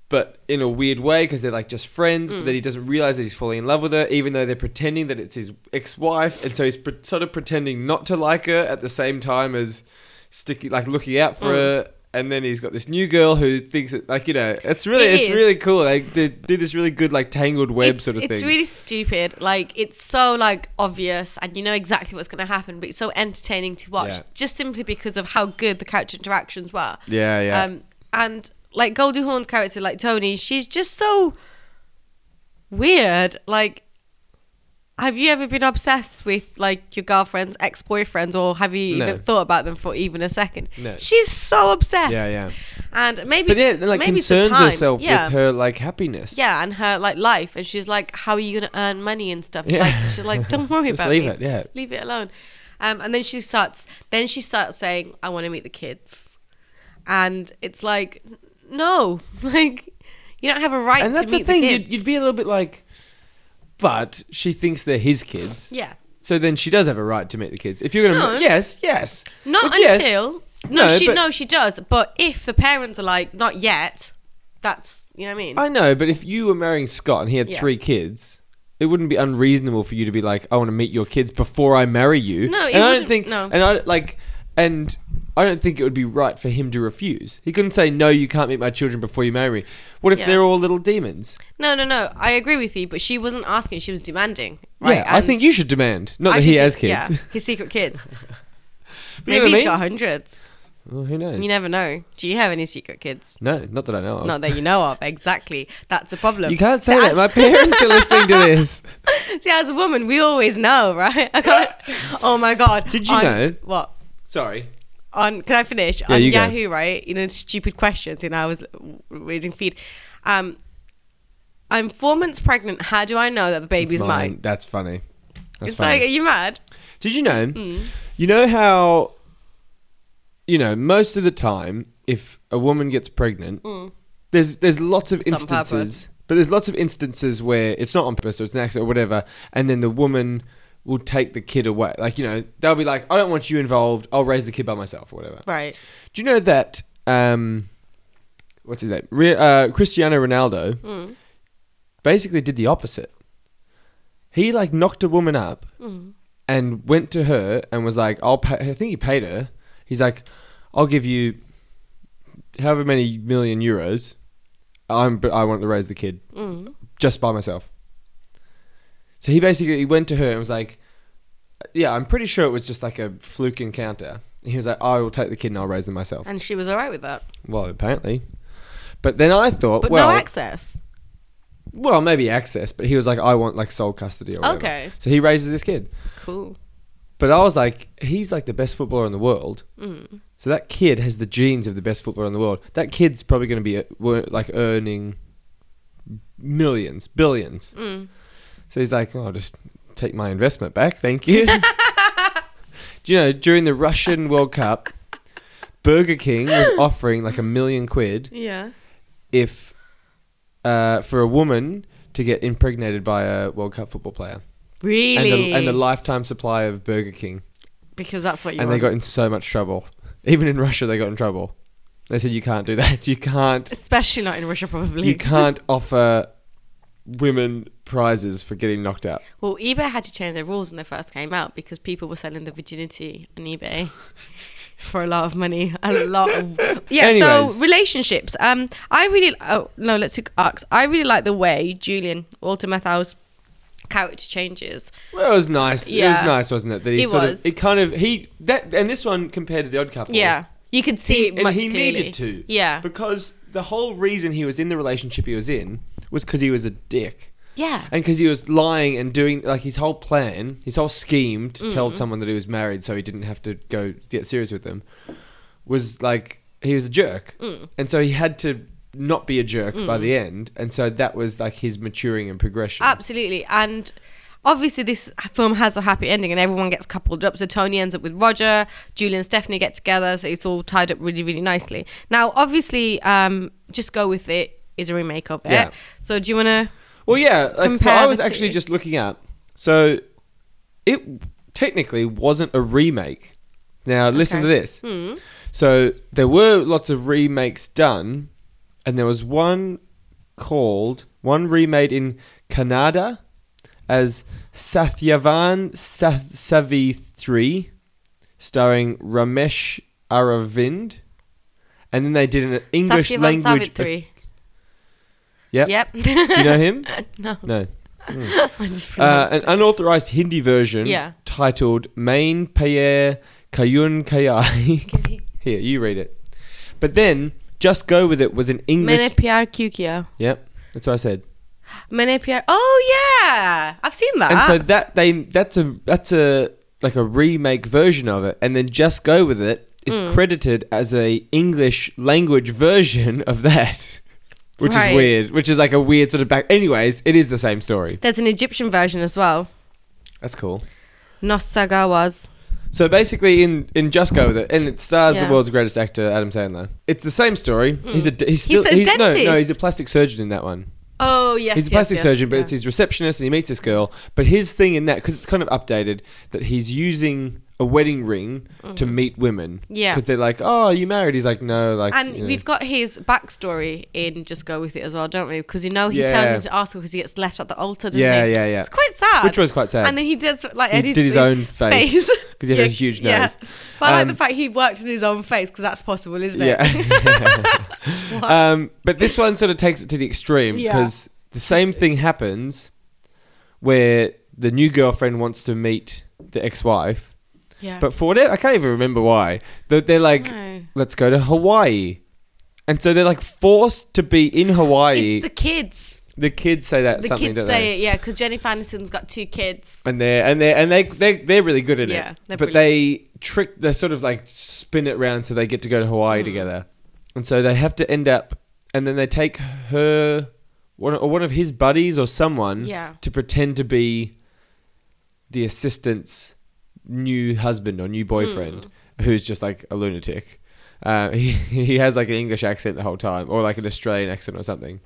[SPEAKER 1] but in a weird way because they're like just friends but
[SPEAKER 2] Mm.
[SPEAKER 1] then he doesn't realize that he's falling in love with her even though they're pretending that it's his ex-wife and so he's pre- sort of pretending not to like her at the same time as sticky like looking out
[SPEAKER 2] Mm.
[SPEAKER 1] for her and then he's got this new girl who thinks that like you know it's really
[SPEAKER 2] It
[SPEAKER 1] it's
[SPEAKER 2] is.
[SPEAKER 1] really cool like they do this really good like tangled web
[SPEAKER 2] it's,
[SPEAKER 1] sort of
[SPEAKER 2] it's
[SPEAKER 1] thing
[SPEAKER 2] really stupid. Like it's so like obvious, and you know exactly what's going to happen, but it's so entertaining to watch,
[SPEAKER 1] Yeah.
[SPEAKER 2] just simply because of how good the character interactions were.
[SPEAKER 1] yeah yeah
[SPEAKER 2] Um, and like Goldie Hawn's character, like Tony, she's just so weird. Like, have you ever been obsessed with like your girlfriend's ex boyfriends, or have you
[SPEAKER 1] No.
[SPEAKER 2] even thought about them for even a second?
[SPEAKER 1] No.
[SPEAKER 2] She's so obsessed.
[SPEAKER 1] Yeah, yeah.
[SPEAKER 2] And maybe,
[SPEAKER 1] but yeah
[SPEAKER 2] it's-
[SPEAKER 1] like
[SPEAKER 2] maybe it's the
[SPEAKER 1] concerns
[SPEAKER 2] time.
[SPEAKER 1] herself
[SPEAKER 2] Yeah.
[SPEAKER 1] with her like happiness
[SPEAKER 2] Yeah, and her like life, and she's like, "How are you gonna earn money and stuff?" She's
[SPEAKER 1] Yeah.
[SPEAKER 2] Like, she's like, "Don't worry
[SPEAKER 1] Just
[SPEAKER 2] about
[SPEAKER 1] leave
[SPEAKER 2] me.
[SPEAKER 1] it, yeah.
[SPEAKER 2] Just leave it alone." Um, and then she starts. Then she starts saying, "I want to meet the kids," and it's like, "No, like, you don't have a right
[SPEAKER 1] and
[SPEAKER 2] to
[SPEAKER 1] that's the
[SPEAKER 2] meet
[SPEAKER 1] thing
[SPEAKER 2] the
[SPEAKER 1] you'd,
[SPEAKER 2] kids."
[SPEAKER 1] you'd be a little bit like But she thinks they're his kids.
[SPEAKER 2] Yeah.
[SPEAKER 1] So then she does have a right to meet the kids. If you're going to.
[SPEAKER 2] No.
[SPEAKER 1] Yes, yes.
[SPEAKER 2] Not
[SPEAKER 1] If yes-
[SPEAKER 2] until no,
[SPEAKER 1] No,
[SPEAKER 2] she
[SPEAKER 1] but-
[SPEAKER 2] no, she does. But if the parents are like, not yet, that's you know what I mean.
[SPEAKER 1] I know, but if you were marrying Scott and he had
[SPEAKER 2] Yeah.
[SPEAKER 1] three kids, it wouldn't be unreasonable for you to be like, I want to meet your kids before I marry you.
[SPEAKER 2] No, it
[SPEAKER 1] and I don't
[SPEAKER 2] wouldn't-
[SPEAKER 1] think.
[SPEAKER 2] no.
[SPEAKER 1] And I like, and I don't think it would be right for him to refuse. He couldn't say, No, you can't meet my children before you marry me. What if
[SPEAKER 2] Yeah.
[SPEAKER 1] they're all little demons?
[SPEAKER 2] no, no, no. I agree with you, but she wasn't asking; she was demanding. Right?
[SPEAKER 1] Yeah, I
[SPEAKER 2] And
[SPEAKER 1] think you should demand. Not
[SPEAKER 2] I
[SPEAKER 1] that he
[SPEAKER 2] should
[SPEAKER 1] has
[SPEAKER 2] do-
[SPEAKER 1] kids.
[SPEAKER 2] Yeah, his secret kids.
[SPEAKER 1] You know
[SPEAKER 2] Maybe
[SPEAKER 1] what I
[SPEAKER 2] he's
[SPEAKER 1] mean?
[SPEAKER 2] got hundreds.
[SPEAKER 1] Well, who knows?
[SPEAKER 2] You never know. Do you have any secret kids?
[SPEAKER 1] no, not that I know of.
[SPEAKER 2] Not that you know of. Exactly. That's a problem.
[SPEAKER 1] Oh. you can't say
[SPEAKER 2] So
[SPEAKER 1] that.
[SPEAKER 2] as-
[SPEAKER 1] My parents are listening to this.
[SPEAKER 2] See, as a woman, we always know, right? I can't. Oh my god.
[SPEAKER 1] Did you
[SPEAKER 2] On-
[SPEAKER 1] know-
[SPEAKER 2] what?
[SPEAKER 1] Sorry.
[SPEAKER 2] on can I finish on
[SPEAKER 1] you go.
[SPEAKER 2] Yahoo right you know stupid questions you know I was reading feed um I'm four months pregnant how do I know that the baby's mine,
[SPEAKER 1] That's funny. That's
[SPEAKER 2] it's
[SPEAKER 1] funny.
[SPEAKER 2] like Mm. are you mad
[SPEAKER 1] Did you know? You know how, you know, most of the time, if a woman gets pregnant, there's there's lots of
[SPEAKER 2] Mm. on purpose.
[SPEAKER 1] instances, but there's lots of instances where it's not on purpose or it's an accident or whatever, and then the woman will take the kid away. Like you know, they'll be like, "I don't want you involved. I'll raise the kid by myself" or whatever.
[SPEAKER 2] right
[SPEAKER 1] Do you know that? Um, what's his name? Re- uh, Cristiano Ronaldo basically did the opposite. He like knocked a woman up and went to her and was like, "I'll pay." I think he paid her. He's like, "I'll give you however many million euros. I'm but I want to raise the kid
[SPEAKER 2] Mm.
[SPEAKER 1] just by myself." So he basically he went to her and was like, "Yeah, I'm pretty sure it was just like a fluke encounter." He was like, "I will take the kid and I'll raise them myself."
[SPEAKER 2] and she was all right with that
[SPEAKER 1] Well, apparently. But then I thought,
[SPEAKER 2] but
[SPEAKER 1] well,
[SPEAKER 2] no access
[SPEAKER 1] well, maybe access. But he was like, I want like sole custody or whatever.
[SPEAKER 2] Okay.
[SPEAKER 1] So he raises this kid.
[SPEAKER 2] cool
[SPEAKER 1] But I was like, he's like the best footballer in the world. Mm. So that kid has the genes of the best footballer in the world. That kid's probably going to be uh, wor- like earning millions, billions.
[SPEAKER 2] Mm.
[SPEAKER 1] So he's like, oh, I'll just take my investment back. Thank you. Do you know, during the Russian World Cup, Burger King was offering like a million quid
[SPEAKER 2] yeah
[SPEAKER 1] if uh, for a woman to get impregnated by a World Cup football player and
[SPEAKER 2] really
[SPEAKER 1] a, and a lifetime supply of Burger King,
[SPEAKER 2] because that's what you
[SPEAKER 1] and they
[SPEAKER 2] want.
[SPEAKER 1] got in so much trouble. Even in Russia, they got in trouble. They said you can't do that. You can't.
[SPEAKER 2] especially not in Russia probably
[SPEAKER 1] You can't offer women prizes for getting knocked out.
[SPEAKER 2] well eBay had to change their rules when they first came out because people were selling the virginity on eBay for a lot of money a lot of yeah
[SPEAKER 1] Anyways.
[SPEAKER 2] so relationships um i really oh no let's look at arcs i really like the way julian walter matthau's character changes
[SPEAKER 1] Well, it was nice. It was
[SPEAKER 2] Yeah.
[SPEAKER 1] nice, wasn't it? That he
[SPEAKER 2] It
[SPEAKER 1] sort
[SPEAKER 2] was.
[SPEAKER 1] of. It kind of he that and this one compared to the Odd Couple.
[SPEAKER 2] yeah you could see it
[SPEAKER 1] and
[SPEAKER 2] much
[SPEAKER 1] he
[SPEAKER 2] clearly.
[SPEAKER 1] needed to.
[SPEAKER 2] yeah
[SPEAKER 1] Because the whole reason he was in the relationship he was in was because he was a dick.
[SPEAKER 2] yeah
[SPEAKER 1] And because he was lying and doing like his whole plan, his whole scheme to tell someone that he was married so he didn't have to go get serious with them was like he was a jerk. And so he had to not be a jerk by the end. And so that was like his maturing and progression.
[SPEAKER 2] Absolutely. And obviously, this film has a happy ending and everyone gets coupled up. So Tony ends up with Roger, Julie and Stephanie get together. So it's all tied up really, really nicely. Now, obviously, um, Just Go With It is a remake of it.
[SPEAKER 1] Yeah.
[SPEAKER 2] So do you want to.
[SPEAKER 1] Well, yeah. Like, so
[SPEAKER 2] Compare
[SPEAKER 1] I
[SPEAKER 2] the
[SPEAKER 1] was actually
[SPEAKER 2] two.
[SPEAKER 1] just looking up. So it technically wasn't a remake. Now listen to
[SPEAKER 2] Okay.
[SPEAKER 1] this.
[SPEAKER 2] hmm,
[SPEAKER 1] So there were lots of remakes done, and there was one called one remade in Canada as Satyavan Sath- Savithri, starring Ramesh Aravind, and then they did an English
[SPEAKER 2] Satyavan
[SPEAKER 1] language.
[SPEAKER 2] Savitri.
[SPEAKER 1] Yep.
[SPEAKER 2] Yep.
[SPEAKER 1] Do you know him?
[SPEAKER 2] no.
[SPEAKER 1] No.
[SPEAKER 2] I just
[SPEAKER 1] Uh,
[SPEAKER 2] pronounced
[SPEAKER 1] an unauthorized Hindi version
[SPEAKER 2] Yeah.
[SPEAKER 1] titled Main Payer Kayun Kayai.
[SPEAKER 2] it.
[SPEAKER 1] Here, you read it. But then Just Go With It was in English.
[SPEAKER 2] Mene Pyar Kyun Kiya.
[SPEAKER 1] Yep, that's what I said.
[SPEAKER 2] Mene Pyar. Oh, yeah. I've seen that.
[SPEAKER 1] And so that they that's a that's a like a remake version of it and then Just Go With It is
[SPEAKER 2] Hmm.
[SPEAKER 1] credited as a English language version of that. Which
[SPEAKER 2] Right.
[SPEAKER 1] is weird, which is like a weird sort of back. Anyways, it is the same story.
[SPEAKER 2] There's an Egyptian version as well.
[SPEAKER 1] That's cool.
[SPEAKER 2] Nosagawas.
[SPEAKER 1] So basically, in in Just Go with It, and it stars
[SPEAKER 2] Yeah. Mm.
[SPEAKER 1] the world's greatest actor, Adam Sandler. It's the same story. He's a d- he's still
[SPEAKER 2] a
[SPEAKER 1] no no
[SPEAKER 2] dentist.
[SPEAKER 1] he's a plastic surgeon in that one.
[SPEAKER 2] Oh yes,
[SPEAKER 1] he's a
[SPEAKER 2] yes,
[SPEAKER 1] plastic
[SPEAKER 2] yes,
[SPEAKER 1] surgeon, but
[SPEAKER 2] yeah.
[SPEAKER 1] it's his receptionist, and he meets this girl. But his thing in that, because it's kind of updated, that he's using a wedding ring to meet women.
[SPEAKER 2] Mm. Yeah.
[SPEAKER 1] Because they're like, oh, are you married? He's like, no, like.
[SPEAKER 2] And
[SPEAKER 1] you know.
[SPEAKER 2] we've got his backstory in Just Go With It as well, don't we? Because you know he
[SPEAKER 1] Yeah.
[SPEAKER 2] turns into Arsenal because he gets left at the altar, doesn't
[SPEAKER 1] Yeah,
[SPEAKER 2] he?
[SPEAKER 1] yeah, yeah.
[SPEAKER 2] It's quite sad.
[SPEAKER 1] Which was quite sad.
[SPEAKER 2] And then he does like
[SPEAKER 1] He
[SPEAKER 2] Eddie's
[SPEAKER 1] did his own face. 'Cause he had a huge nose.
[SPEAKER 2] But I like the
[SPEAKER 1] Um,
[SPEAKER 2] fact he worked on his own face because that's possible, isn't it?
[SPEAKER 1] Yeah. um, but this one sort of takes it to the extreme
[SPEAKER 2] Yeah.
[SPEAKER 1] because the same thing happens where the new girlfriend wants to meet the ex-wife,
[SPEAKER 2] Yeah.
[SPEAKER 1] but for whatever I can't even remember why. They're, they're like,
[SPEAKER 2] No.
[SPEAKER 1] let's go to Hawaii, and so they're like forced to be in Hawaii.
[SPEAKER 2] it's the
[SPEAKER 1] The,
[SPEAKER 2] kids.
[SPEAKER 1] kids say that
[SPEAKER 2] The
[SPEAKER 1] something,
[SPEAKER 2] kids
[SPEAKER 1] don't
[SPEAKER 2] say
[SPEAKER 1] they?
[SPEAKER 2] it, yeah, because Jennifer Aniston's got two kids.
[SPEAKER 1] And they're and they and they they they're really good at
[SPEAKER 2] Yeah,
[SPEAKER 1] it.
[SPEAKER 2] they're
[SPEAKER 1] But they trick they sort of like spin it round so they get to go to
[SPEAKER 2] Mm.
[SPEAKER 1] Hawaii together, and so they have to end up and then they take her one or one of his buddies or someone
[SPEAKER 2] Yeah.
[SPEAKER 1] to pretend to be the assistant's new husband or new boyfriend
[SPEAKER 2] Hmm.
[SPEAKER 1] who's just like a lunatic. Uh, he he has like an English accent the whole time or like an Australian accent or something.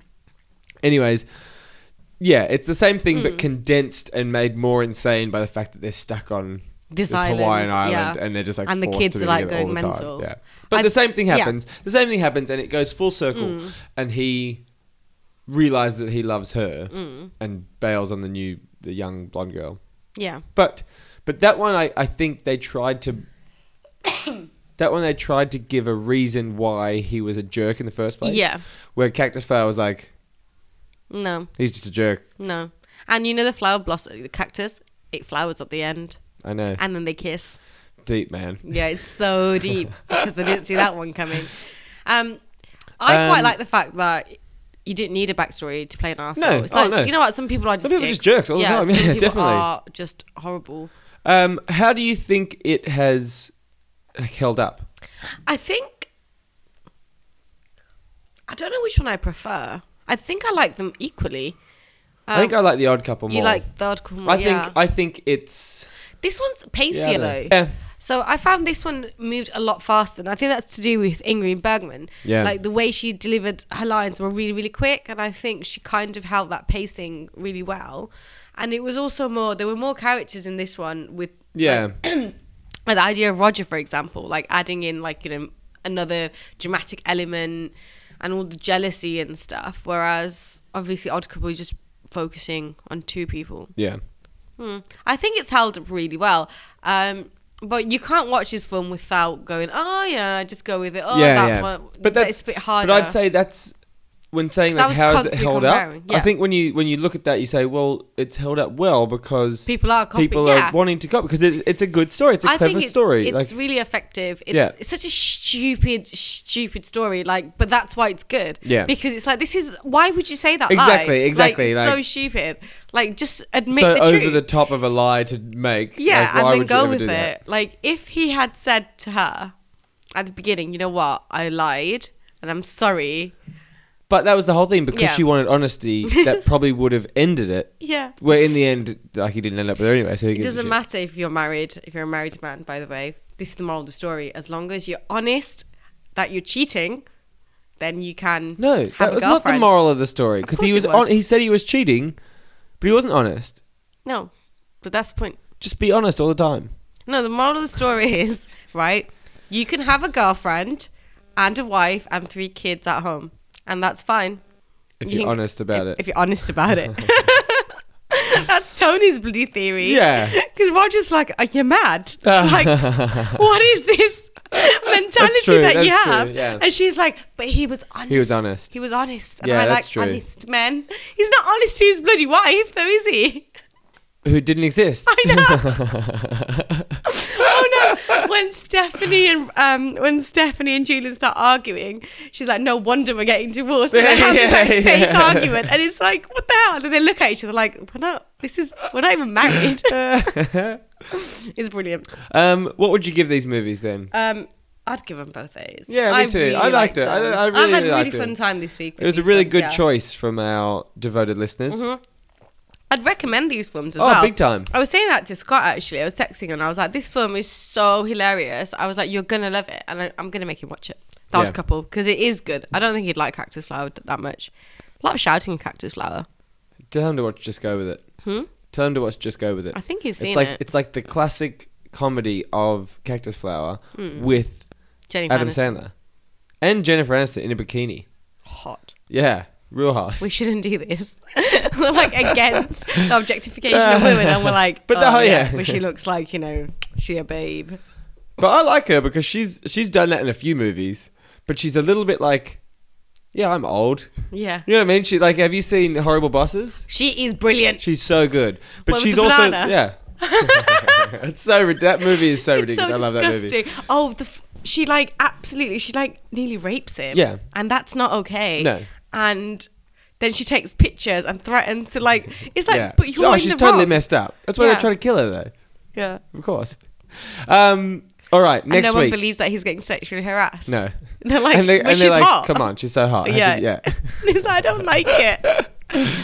[SPEAKER 1] Anyways, yeah, it's the same thing
[SPEAKER 2] Hmm.
[SPEAKER 1] but condensed and made more insane by the fact that they're stuck on
[SPEAKER 2] This
[SPEAKER 1] this, Hawaiian
[SPEAKER 2] island,
[SPEAKER 1] island
[SPEAKER 2] yeah.
[SPEAKER 1] and they're just like
[SPEAKER 2] And the
[SPEAKER 1] forced
[SPEAKER 2] kids
[SPEAKER 1] to
[SPEAKER 2] are,
[SPEAKER 1] be
[SPEAKER 2] like,
[SPEAKER 1] together all
[SPEAKER 2] going
[SPEAKER 1] the
[SPEAKER 2] mental.
[SPEAKER 1] Time. Yeah, but
[SPEAKER 2] I-
[SPEAKER 1] the same thing
[SPEAKER 2] yeah. Mm.
[SPEAKER 1] happens. The same thing happens and it goes full circle. And he realizes that he loves her
[SPEAKER 2] Mm.
[SPEAKER 1] and bails on the new the young blonde girl.
[SPEAKER 2] Yeah.
[SPEAKER 1] But but that one I, I think they tried to that one they tried to give a reason why he was a jerk in the first place.
[SPEAKER 2] Yeah.
[SPEAKER 1] Where Cactus Flower was like,
[SPEAKER 2] No,
[SPEAKER 1] he's just a jerk.
[SPEAKER 2] no. And you know the flower blossom, the cactus, it flowers at the end,
[SPEAKER 1] I know.
[SPEAKER 2] and then they kiss.
[SPEAKER 1] Deep man.
[SPEAKER 2] Yeah, it's so deep because they didn't see that one coming. Um, I
[SPEAKER 1] Um,
[SPEAKER 2] quite like the fact that you didn't need a backstory to play an arsehole.
[SPEAKER 1] No,
[SPEAKER 2] it's
[SPEAKER 1] oh,
[SPEAKER 2] like,
[SPEAKER 1] no.
[SPEAKER 2] You know what? Some people are just
[SPEAKER 1] people are
[SPEAKER 2] dicks.
[SPEAKER 1] just jerks all the time,
[SPEAKER 2] some
[SPEAKER 1] yeah,
[SPEAKER 2] people
[SPEAKER 1] definitely.
[SPEAKER 2] are just horrible.
[SPEAKER 1] Um, how do you think it has held up?
[SPEAKER 2] I think I don't know which one I prefer. I think I like them equally.
[SPEAKER 1] I think I like the odd couple more.
[SPEAKER 2] Um, you like the odd couple. more,
[SPEAKER 1] I think
[SPEAKER 2] yeah.
[SPEAKER 1] I think it's
[SPEAKER 2] this one's
[SPEAKER 1] yeah, I
[SPEAKER 2] pacier
[SPEAKER 1] don't know.
[SPEAKER 2] though.
[SPEAKER 1] Yeah.
[SPEAKER 2] So I found this one moved a lot faster, and I think that's to do with Ingrid Bergman.
[SPEAKER 1] Yeah.
[SPEAKER 2] Like the way she delivered her lines were really, really quick, and I think she kind of held that pacing really well. And it was also more there were more characters in this one with
[SPEAKER 1] Yeah.
[SPEAKER 2] like, the idea of Roger, for example, like adding in like you know another dramatic element and all the jealousy and stuff. Whereas obviously Odd Couple is just focusing on two people.
[SPEAKER 1] yeah.
[SPEAKER 2] Hmm. I think it's held up really well. Um, but you can't watch this film without going, oh yeah, just go with it. Oh,
[SPEAKER 1] yeah,
[SPEAKER 2] that
[SPEAKER 1] yeah.
[SPEAKER 2] one.
[SPEAKER 1] But that's
[SPEAKER 2] it's a bit harder.
[SPEAKER 1] But I'd say that's when saying
[SPEAKER 2] 'Cause I
[SPEAKER 1] like
[SPEAKER 2] was
[SPEAKER 1] how has it
[SPEAKER 2] constantly
[SPEAKER 1] held
[SPEAKER 2] comparing,
[SPEAKER 1] up. I
[SPEAKER 2] yeah.
[SPEAKER 1] think when you when you look at that, you say, well, it's held up well because
[SPEAKER 2] People are copying-
[SPEAKER 1] people
[SPEAKER 2] yeah.
[SPEAKER 1] are wanting to copy because it, it's a good story. It's a
[SPEAKER 2] I
[SPEAKER 1] clever
[SPEAKER 2] think it's,
[SPEAKER 1] story.
[SPEAKER 2] It's
[SPEAKER 1] like
[SPEAKER 2] really effective. It's,
[SPEAKER 1] Yeah.
[SPEAKER 2] it's such a stupid, stupid story. Like, but that's why it's good.
[SPEAKER 1] Yeah.
[SPEAKER 2] Because it's like this is why would you say that?
[SPEAKER 1] Exactly,
[SPEAKER 2] Lie?
[SPEAKER 1] exactly,
[SPEAKER 2] Like, it's so
[SPEAKER 1] like-
[SPEAKER 2] stupid. Like, just admit
[SPEAKER 1] so
[SPEAKER 2] the
[SPEAKER 1] over
[SPEAKER 2] truth.
[SPEAKER 1] the top of a lie to make.
[SPEAKER 2] Yeah,
[SPEAKER 1] like, why
[SPEAKER 2] and
[SPEAKER 1] would
[SPEAKER 2] then
[SPEAKER 1] you
[SPEAKER 2] go
[SPEAKER 1] ever
[SPEAKER 2] with
[SPEAKER 1] do
[SPEAKER 2] it.
[SPEAKER 1] that?
[SPEAKER 2] Like if he had said to her at the beginning, you know what, I lied and I'm sorry.
[SPEAKER 1] But that was the whole thing because
[SPEAKER 2] Yeah.
[SPEAKER 1] she wanted honesty. that probably would have ended it.
[SPEAKER 2] Yeah.
[SPEAKER 1] Where in the end, like he didn't end up with her anyway. So he
[SPEAKER 2] It
[SPEAKER 1] gives a
[SPEAKER 2] doesn't
[SPEAKER 1] shit.
[SPEAKER 2] matter if you're married, if you're a married man, by the way. This is the moral of the story. As long as you're honest that you're cheating, then you can
[SPEAKER 1] No,
[SPEAKER 2] have
[SPEAKER 1] that
[SPEAKER 2] a
[SPEAKER 1] was not the
[SPEAKER 2] girlfriend.
[SPEAKER 1] moral of the story because he
[SPEAKER 2] course
[SPEAKER 1] was,
[SPEAKER 2] it was.
[SPEAKER 1] On, he said he was cheating, but he wasn't honest.
[SPEAKER 2] No. But that's the point.
[SPEAKER 1] Just be honest all the time.
[SPEAKER 2] No, the moral of the story is, right, you can have a girlfriend and a wife and three kids at home. And that's fine.
[SPEAKER 1] If
[SPEAKER 2] You
[SPEAKER 1] you're
[SPEAKER 2] can-
[SPEAKER 1] honest about
[SPEAKER 2] if,
[SPEAKER 1] it.
[SPEAKER 2] If you're honest about it. That's Tony's bloody theory.
[SPEAKER 1] Yeah.
[SPEAKER 2] Because Roger's like, are you mad?
[SPEAKER 1] Ah.
[SPEAKER 2] like, what is this mentality
[SPEAKER 1] true,
[SPEAKER 2] that you
[SPEAKER 1] that's true,
[SPEAKER 2] have?
[SPEAKER 1] yeah.
[SPEAKER 2] And she's like, but he was honest.
[SPEAKER 1] was honest.
[SPEAKER 2] He was honest. And
[SPEAKER 1] Yeah,
[SPEAKER 2] I
[SPEAKER 1] that's
[SPEAKER 2] like
[SPEAKER 1] true.
[SPEAKER 2] honest men. He's not honest to his bloody wife, though, is he?
[SPEAKER 1] Who didn't exist.
[SPEAKER 2] I know. oh no! When Stephanie and um, when Stephanie and Julian start arguing, she's like, "No wonder we're getting divorced." And they have this like,
[SPEAKER 1] Yeah,
[SPEAKER 2] fake
[SPEAKER 1] yeah.
[SPEAKER 2] argument, and it's like, "What the hell?" And they look at each other like, "We're not. This is. We're not even married." it's brilliant.
[SPEAKER 1] um, what would you give these movies then?
[SPEAKER 2] Um, I'd give them both A's.
[SPEAKER 1] Yeah, me too. I liked it. I-
[SPEAKER 2] them.
[SPEAKER 1] I really,
[SPEAKER 2] had a
[SPEAKER 1] really
[SPEAKER 2] really
[SPEAKER 1] liked it.
[SPEAKER 2] fun time this week. with
[SPEAKER 1] It was a
[SPEAKER 2] these
[SPEAKER 1] really
[SPEAKER 2] ones,
[SPEAKER 1] good
[SPEAKER 2] yeah. Mm-hmm.
[SPEAKER 1] choice from our devoted listeners.
[SPEAKER 2] I'd recommend these films as
[SPEAKER 1] Mm-hmm. Oh,
[SPEAKER 2] well.
[SPEAKER 1] big time.
[SPEAKER 2] I was saying that to Scott actually. I was texting and I was like, "This film is so hilarious." I was like, "You're gonna love it," and I, I'm gonna make him watch it. The Odd
[SPEAKER 1] Yeah.
[SPEAKER 2] Couple because it is good. I don't think he'd like Cactus Flower th- that much, A lot of shouting in Cactus Flower.
[SPEAKER 1] Tell him to watch Just Go With It.
[SPEAKER 2] Hmm?
[SPEAKER 1] Tell him to watch Just Go With It.
[SPEAKER 2] I think you've seen
[SPEAKER 1] it's like
[SPEAKER 2] it.
[SPEAKER 1] it's like the classic comedy of Cactus Flower
[SPEAKER 2] Mm.
[SPEAKER 1] with
[SPEAKER 2] Jenny
[SPEAKER 1] Adam
[SPEAKER 2] Aniston.
[SPEAKER 1] Sandler and Jennifer Aniston in a bikini.
[SPEAKER 2] Hot.
[SPEAKER 1] Yeah, real hot.
[SPEAKER 2] We shouldn't do this. we're like against the objectification of women, and we're like,
[SPEAKER 1] But
[SPEAKER 2] oh,
[SPEAKER 1] no,
[SPEAKER 2] yeah.
[SPEAKER 1] yeah.
[SPEAKER 2] But she looks like you know, she a babe.
[SPEAKER 1] But I like her because she's she's done that in a few movies, but she's a little bit like, yeah, I'm old.
[SPEAKER 2] Yeah.
[SPEAKER 1] You know what I mean? She like, have you seen Horrible Bosses?
[SPEAKER 2] She is brilliant.
[SPEAKER 1] She's so good, but
[SPEAKER 2] Well, with
[SPEAKER 1] she's
[SPEAKER 2] the
[SPEAKER 1] also
[SPEAKER 2] banana.
[SPEAKER 1] yeah. it's so rid- that movie is so ridiculous. I love that movie.
[SPEAKER 2] disgusting. Oh, the f- she like absolutely. She like nearly rapes him.
[SPEAKER 1] Yeah.
[SPEAKER 2] and that's not okay.
[SPEAKER 1] No.
[SPEAKER 2] and then she takes pictures and threatens to like. It's like,
[SPEAKER 1] yeah,
[SPEAKER 2] but you're
[SPEAKER 1] oh,
[SPEAKER 2] in
[SPEAKER 1] she's
[SPEAKER 2] the
[SPEAKER 1] totally
[SPEAKER 2] wrong.
[SPEAKER 1] messed up. That's why
[SPEAKER 2] Yeah.
[SPEAKER 1] they're trying to kill her though.
[SPEAKER 2] Yeah,
[SPEAKER 1] Of course. Um. All right.
[SPEAKER 2] and
[SPEAKER 1] Next
[SPEAKER 2] no one
[SPEAKER 1] week.
[SPEAKER 2] believes that he's getting sexually harassed.
[SPEAKER 1] no.
[SPEAKER 2] they're like,
[SPEAKER 1] and they,
[SPEAKER 2] "But
[SPEAKER 1] and they're
[SPEAKER 2] she's
[SPEAKER 1] like,
[SPEAKER 2] hot."
[SPEAKER 1] come on, she's so hot.
[SPEAKER 2] Yeah,
[SPEAKER 1] yeah.
[SPEAKER 2] He's like, I don't like it.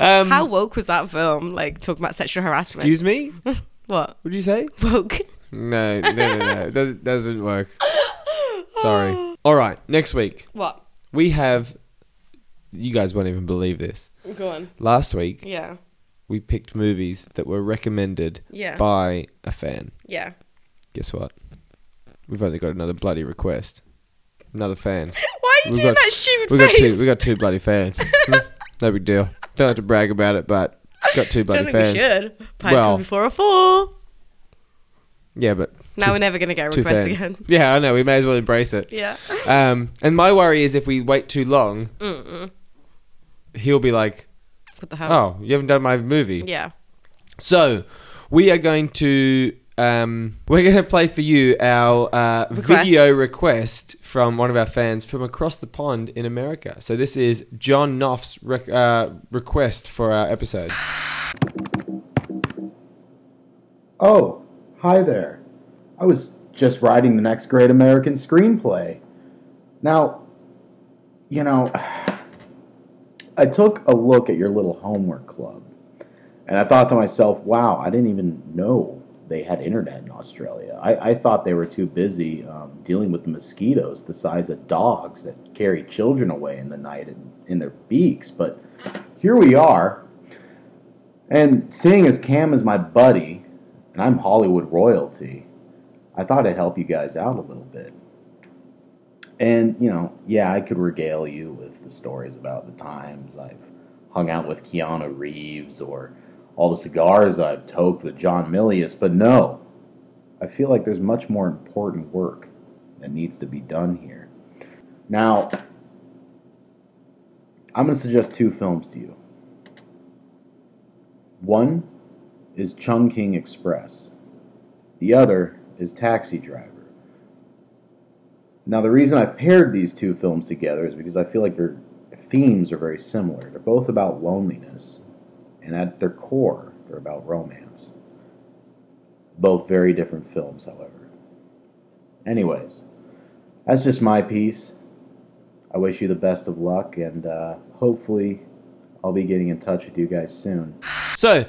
[SPEAKER 1] Um,
[SPEAKER 2] How woke was that film? Like talking about sexual harassment.
[SPEAKER 1] Excuse me.
[SPEAKER 2] what
[SPEAKER 1] Would you say?
[SPEAKER 2] woke?
[SPEAKER 1] No, no, no, no. That doesn't work. Sorry. All right. Next week
[SPEAKER 2] What?
[SPEAKER 1] we have. You guys won't even believe this.
[SPEAKER 2] Go on.
[SPEAKER 1] Last week
[SPEAKER 2] Yeah.
[SPEAKER 1] we picked movies that were recommended
[SPEAKER 2] Yeah.
[SPEAKER 1] by a fan.
[SPEAKER 2] Yeah.
[SPEAKER 1] Guess what? We've only got another bloody request. Another fan.
[SPEAKER 2] Why are you
[SPEAKER 1] We've
[SPEAKER 2] doing
[SPEAKER 1] got-
[SPEAKER 2] that stupid
[SPEAKER 1] We got
[SPEAKER 2] face?
[SPEAKER 1] two. We got two bloody fans. Hmm, no big deal. Don't have to brag about it, but got two
[SPEAKER 2] don't
[SPEAKER 1] bloody
[SPEAKER 2] think
[SPEAKER 1] fans.
[SPEAKER 2] we should. Pipe
[SPEAKER 1] Well-
[SPEAKER 2] before a fall.
[SPEAKER 1] Yeah, but
[SPEAKER 2] Now we're never gonna get a
[SPEAKER 1] two
[SPEAKER 2] request
[SPEAKER 1] fans.
[SPEAKER 2] again.
[SPEAKER 1] Yeah, I know. We may as well embrace it.
[SPEAKER 2] Yeah.
[SPEAKER 1] Um, and my worry is if we wait too long,
[SPEAKER 2] Mm-mm.
[SPEAKER 1] he'll be like,
[SPEAKER 2] What the hell?
[SPEAKER 1] "Oh, you haven't done my movie."
[SPEAKER 2] Yeah.
[SPEAKER 1] So we are going to um, we're going to play for you our uh,
[SPEAKER 2] Request.
[SPEAKER 1] video request from one of our fans from across the pond in America. So this is John Knopf's rec- uh, request for our episode.
[SPEAKER 4] Oh, hi there. I was just writing the next great American screenplay. Now, you know, I took a look at your little homework club, and I thought to myself, wow, I didn't even know they had internet in Australia. I, I thought they were too busy um, dealing with mosquitoes the size of dogs that carry children away in the night in, in their beaks, but here we are. And seeing as Cam is my buddy, and I'm Hollywood royalty, I thought I'd help you guys out a little bit. And, you know, yeah, I could regale you with the stories about the times I've hung out with Keanu Reeves or all the cigars I've toked with John Milius, but no, I feel like there's much more important work that needs to be done here. Now, I'm going to suggest two films to you. One is Chungking Express. The other is Taxi Driver. Now, the reason I paired these two films together is because I feel like their themes are very similar. They're both about loneliness, and at their core, they're about romance. Both very different films, however. Anyways, that's just my piece. I wish you the best of luck, and uh, hopefully, I'll be getting in touch with you guys soon.
[SPEAKER 1] So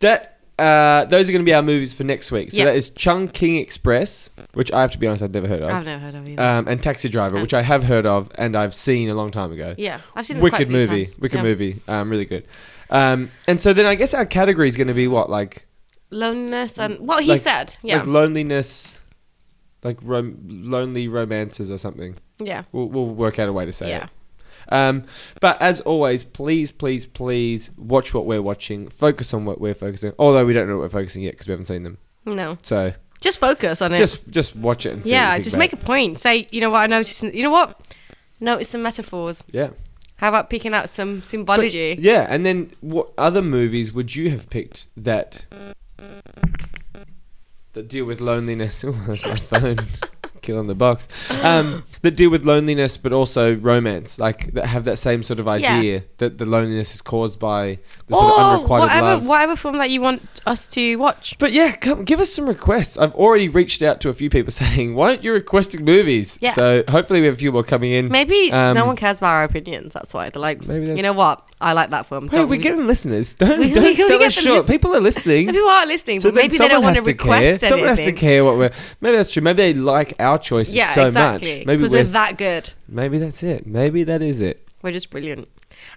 [SPEAKER 1] that uh, those are going to be our movies for next week. So
[SPEAKER 2] Yeah.
[SPEAKER 1] that is Chung King Express, which I have to be honest, I've never heard of.
[SPEAKER 2] I've never heard of either.
[SPEAKER 1] um, and Taxi Driver, which I have heard of and I've seen a long time ago.
[SPEAKER 2] yeah. I've seen it quite a
[SPEAKER 1] Wicked
[SPEAKER 2] few
[SPEAKER 1] movie,
[SPEAKER 2] times.
[SPEAKER 1] wicked
[SPEAKER 2] Yeah.
[SPEAKER 1] movie, um, really good. Um, and so then I guess our category is going to be what like
[SPEAKER 2] Loneliness and what he
[SPEAKER 1] Like-
[SPEAKER 2] said. Yeah.
[SPEAKER 1] like loneliness, like rom- lonely romances or something.
[SPEAKER 2] yeah.
[SPEAKER 1] We'll, we'll work out a way to say
[SPEAKER 2] Yeah.
[SPEAKER 1] it. Um, but as always, please, please, please watch what we're watching. Focus on what we're focusing. Although we don't know what we're focusing yet because we haven't seen them.
[SPEAKER 2] No.
[SPEAKER 1] So
[SPEAKER 2] Just focus on it.
[SPEAKER 1] just just watch it and see.
[SPEAKER 2] yeah. Just make a point. Say, you know what? I noticed. You know what? Notice some metaphors.
[SPEAKER 1] yeah.
[SPEAKER 2] How about picking out some
[SPEAKER 1] But-
[SPEAKER 2] symbology?
[SPEAKER 1] yeah, and then what other movies would you have picked that that deal with loneliness? Oh, that's my phone killing the box. Um, that deal with loneliness, but also romance, like that have that same sort of idea that the loneliness is caused by the sort of
[SPEAKER 2] or
[SPEAKER 1] unrequited
[SPEAKER 2] Oh, whatever,
[SPEAKER 1] love.
[SPEAKER 2] whatever film that you want us to watch.
[SPEAKER 1] But yeah, come give us some requests. I've already reached out to a few people saying, "Why aren't you requesting movies?"
[SPEAKER 2] Yeah.
[SPEAKER 1] So hopefully we have a few more coming in.
[SPEAKER 2] Maybe
[SPEAKER 1] Um,
[SPEAKER 2] no one cares about our opinions. That's why they're like,
[SPEAKER 1] Maybe
[SPEAKER 2] you
[SPEAKER 1] that's-
[SPEAKER 2] know what? I like that film.
[SPEAKER 1] Hey,
[SPEAKER 2] Don't
[SPEAKER 1] we're
[SPEAKER 2] we-
[SPEAKER 1] getting listeners. Don't
[SPEAKER 2] We-
[SPEAKER 1] don't
[SPEAKER 2] we
[SPEAKER 1] sell
[SPEAKER 2] get
[SPEAKER 1] us
[SPEAKER 2] them
[SPEAKER 1] short.
[SPEAKER 2] listen-
[SPEAKER 1] People are listening.
[SPEAKER 2] People are listening, but
[SPEAKER 1] then
[SPEAKER 2] maybe they don't
[SPEAKER 1] someone
[SPEAKER 2] want to
[SPEAKER 1] has
[SPEAKER 2] request anything.
[SPEAKER 1] Someone has to care what we're. Maybe that's true. Maybe they like our choices
[SPEAKER 2] Yeah,
[SPEAKER 1] so
[SPEAKER 2] exactly.
[SPEAKER 1] much. Maybe
[SPEAKER 2] because
[SPEAKER 1] we're,
[SPEAKER 2] we're that good.
[SPEAKER 1] Maybe that's it. Maybe that is it.
[SPEAKER 2] We're just brilliant.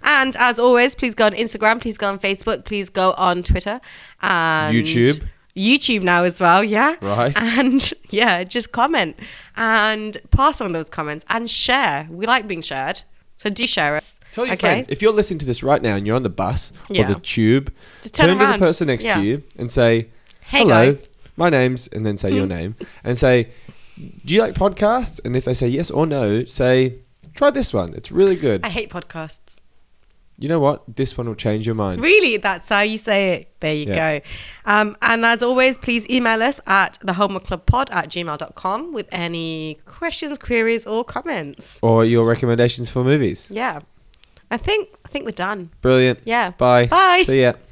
[SPEAKER 2] And as always, please go on Instagram, please go on Facebook, please go on Twitter and
[SPEAKER 1] YouTube.
[SPEAKER 2] YouTube now as well, yeah.
[SPEAKER 1] Right.
[SPEAKER 2] And yeah, just comment and pass on those comments and share. We like being shared. So do share us.
[SPEAKER 1] Tell your friend if you're listening to this right now and you're on the bus
[SPEAKER 2] Yeah.
[SPEAKER 1] or the tube,
[SPEAKER 2] Just turn
[SPEAKER 1] to
[SPEAKER 2] around.
[SPEAKER 1] the person next
[SPEAKER 2] Yeah.
[SPEAKER 1] to you and say,
[SPEAKER 2] Hey,
[SPEAKER 1] "Hello,
[SPEAKER 2] guys."
[SPEAKER 1] my name's," and then say your name and say, "Do you like podcasts?" And if they say yes or no, say, "Try this one. It's really good."
[SPEAKER 2] I hate podcasts.
[SPEAKER 1] you know what? This one will change your mind.
[SPEAKER 2] Really, that's how you say it. There you
[SPEAKER 1] Yeah.
[SPEAKER 2] go. Um, and as always, please email us at thehomeworkclubpod at gmail.com with any questions, queries, or comments.
[SPEAKER 1] or your recommendations for movies.
[SPEAKER 2] Yeah. I think I think we're done.
[SPEAKER 1] Brilliant.
[SPEAKER 2] Yeah.
[SPEAKER 1] Bye.
[SPEAKER 2] Bye.
[SPEAKER 1] See ya.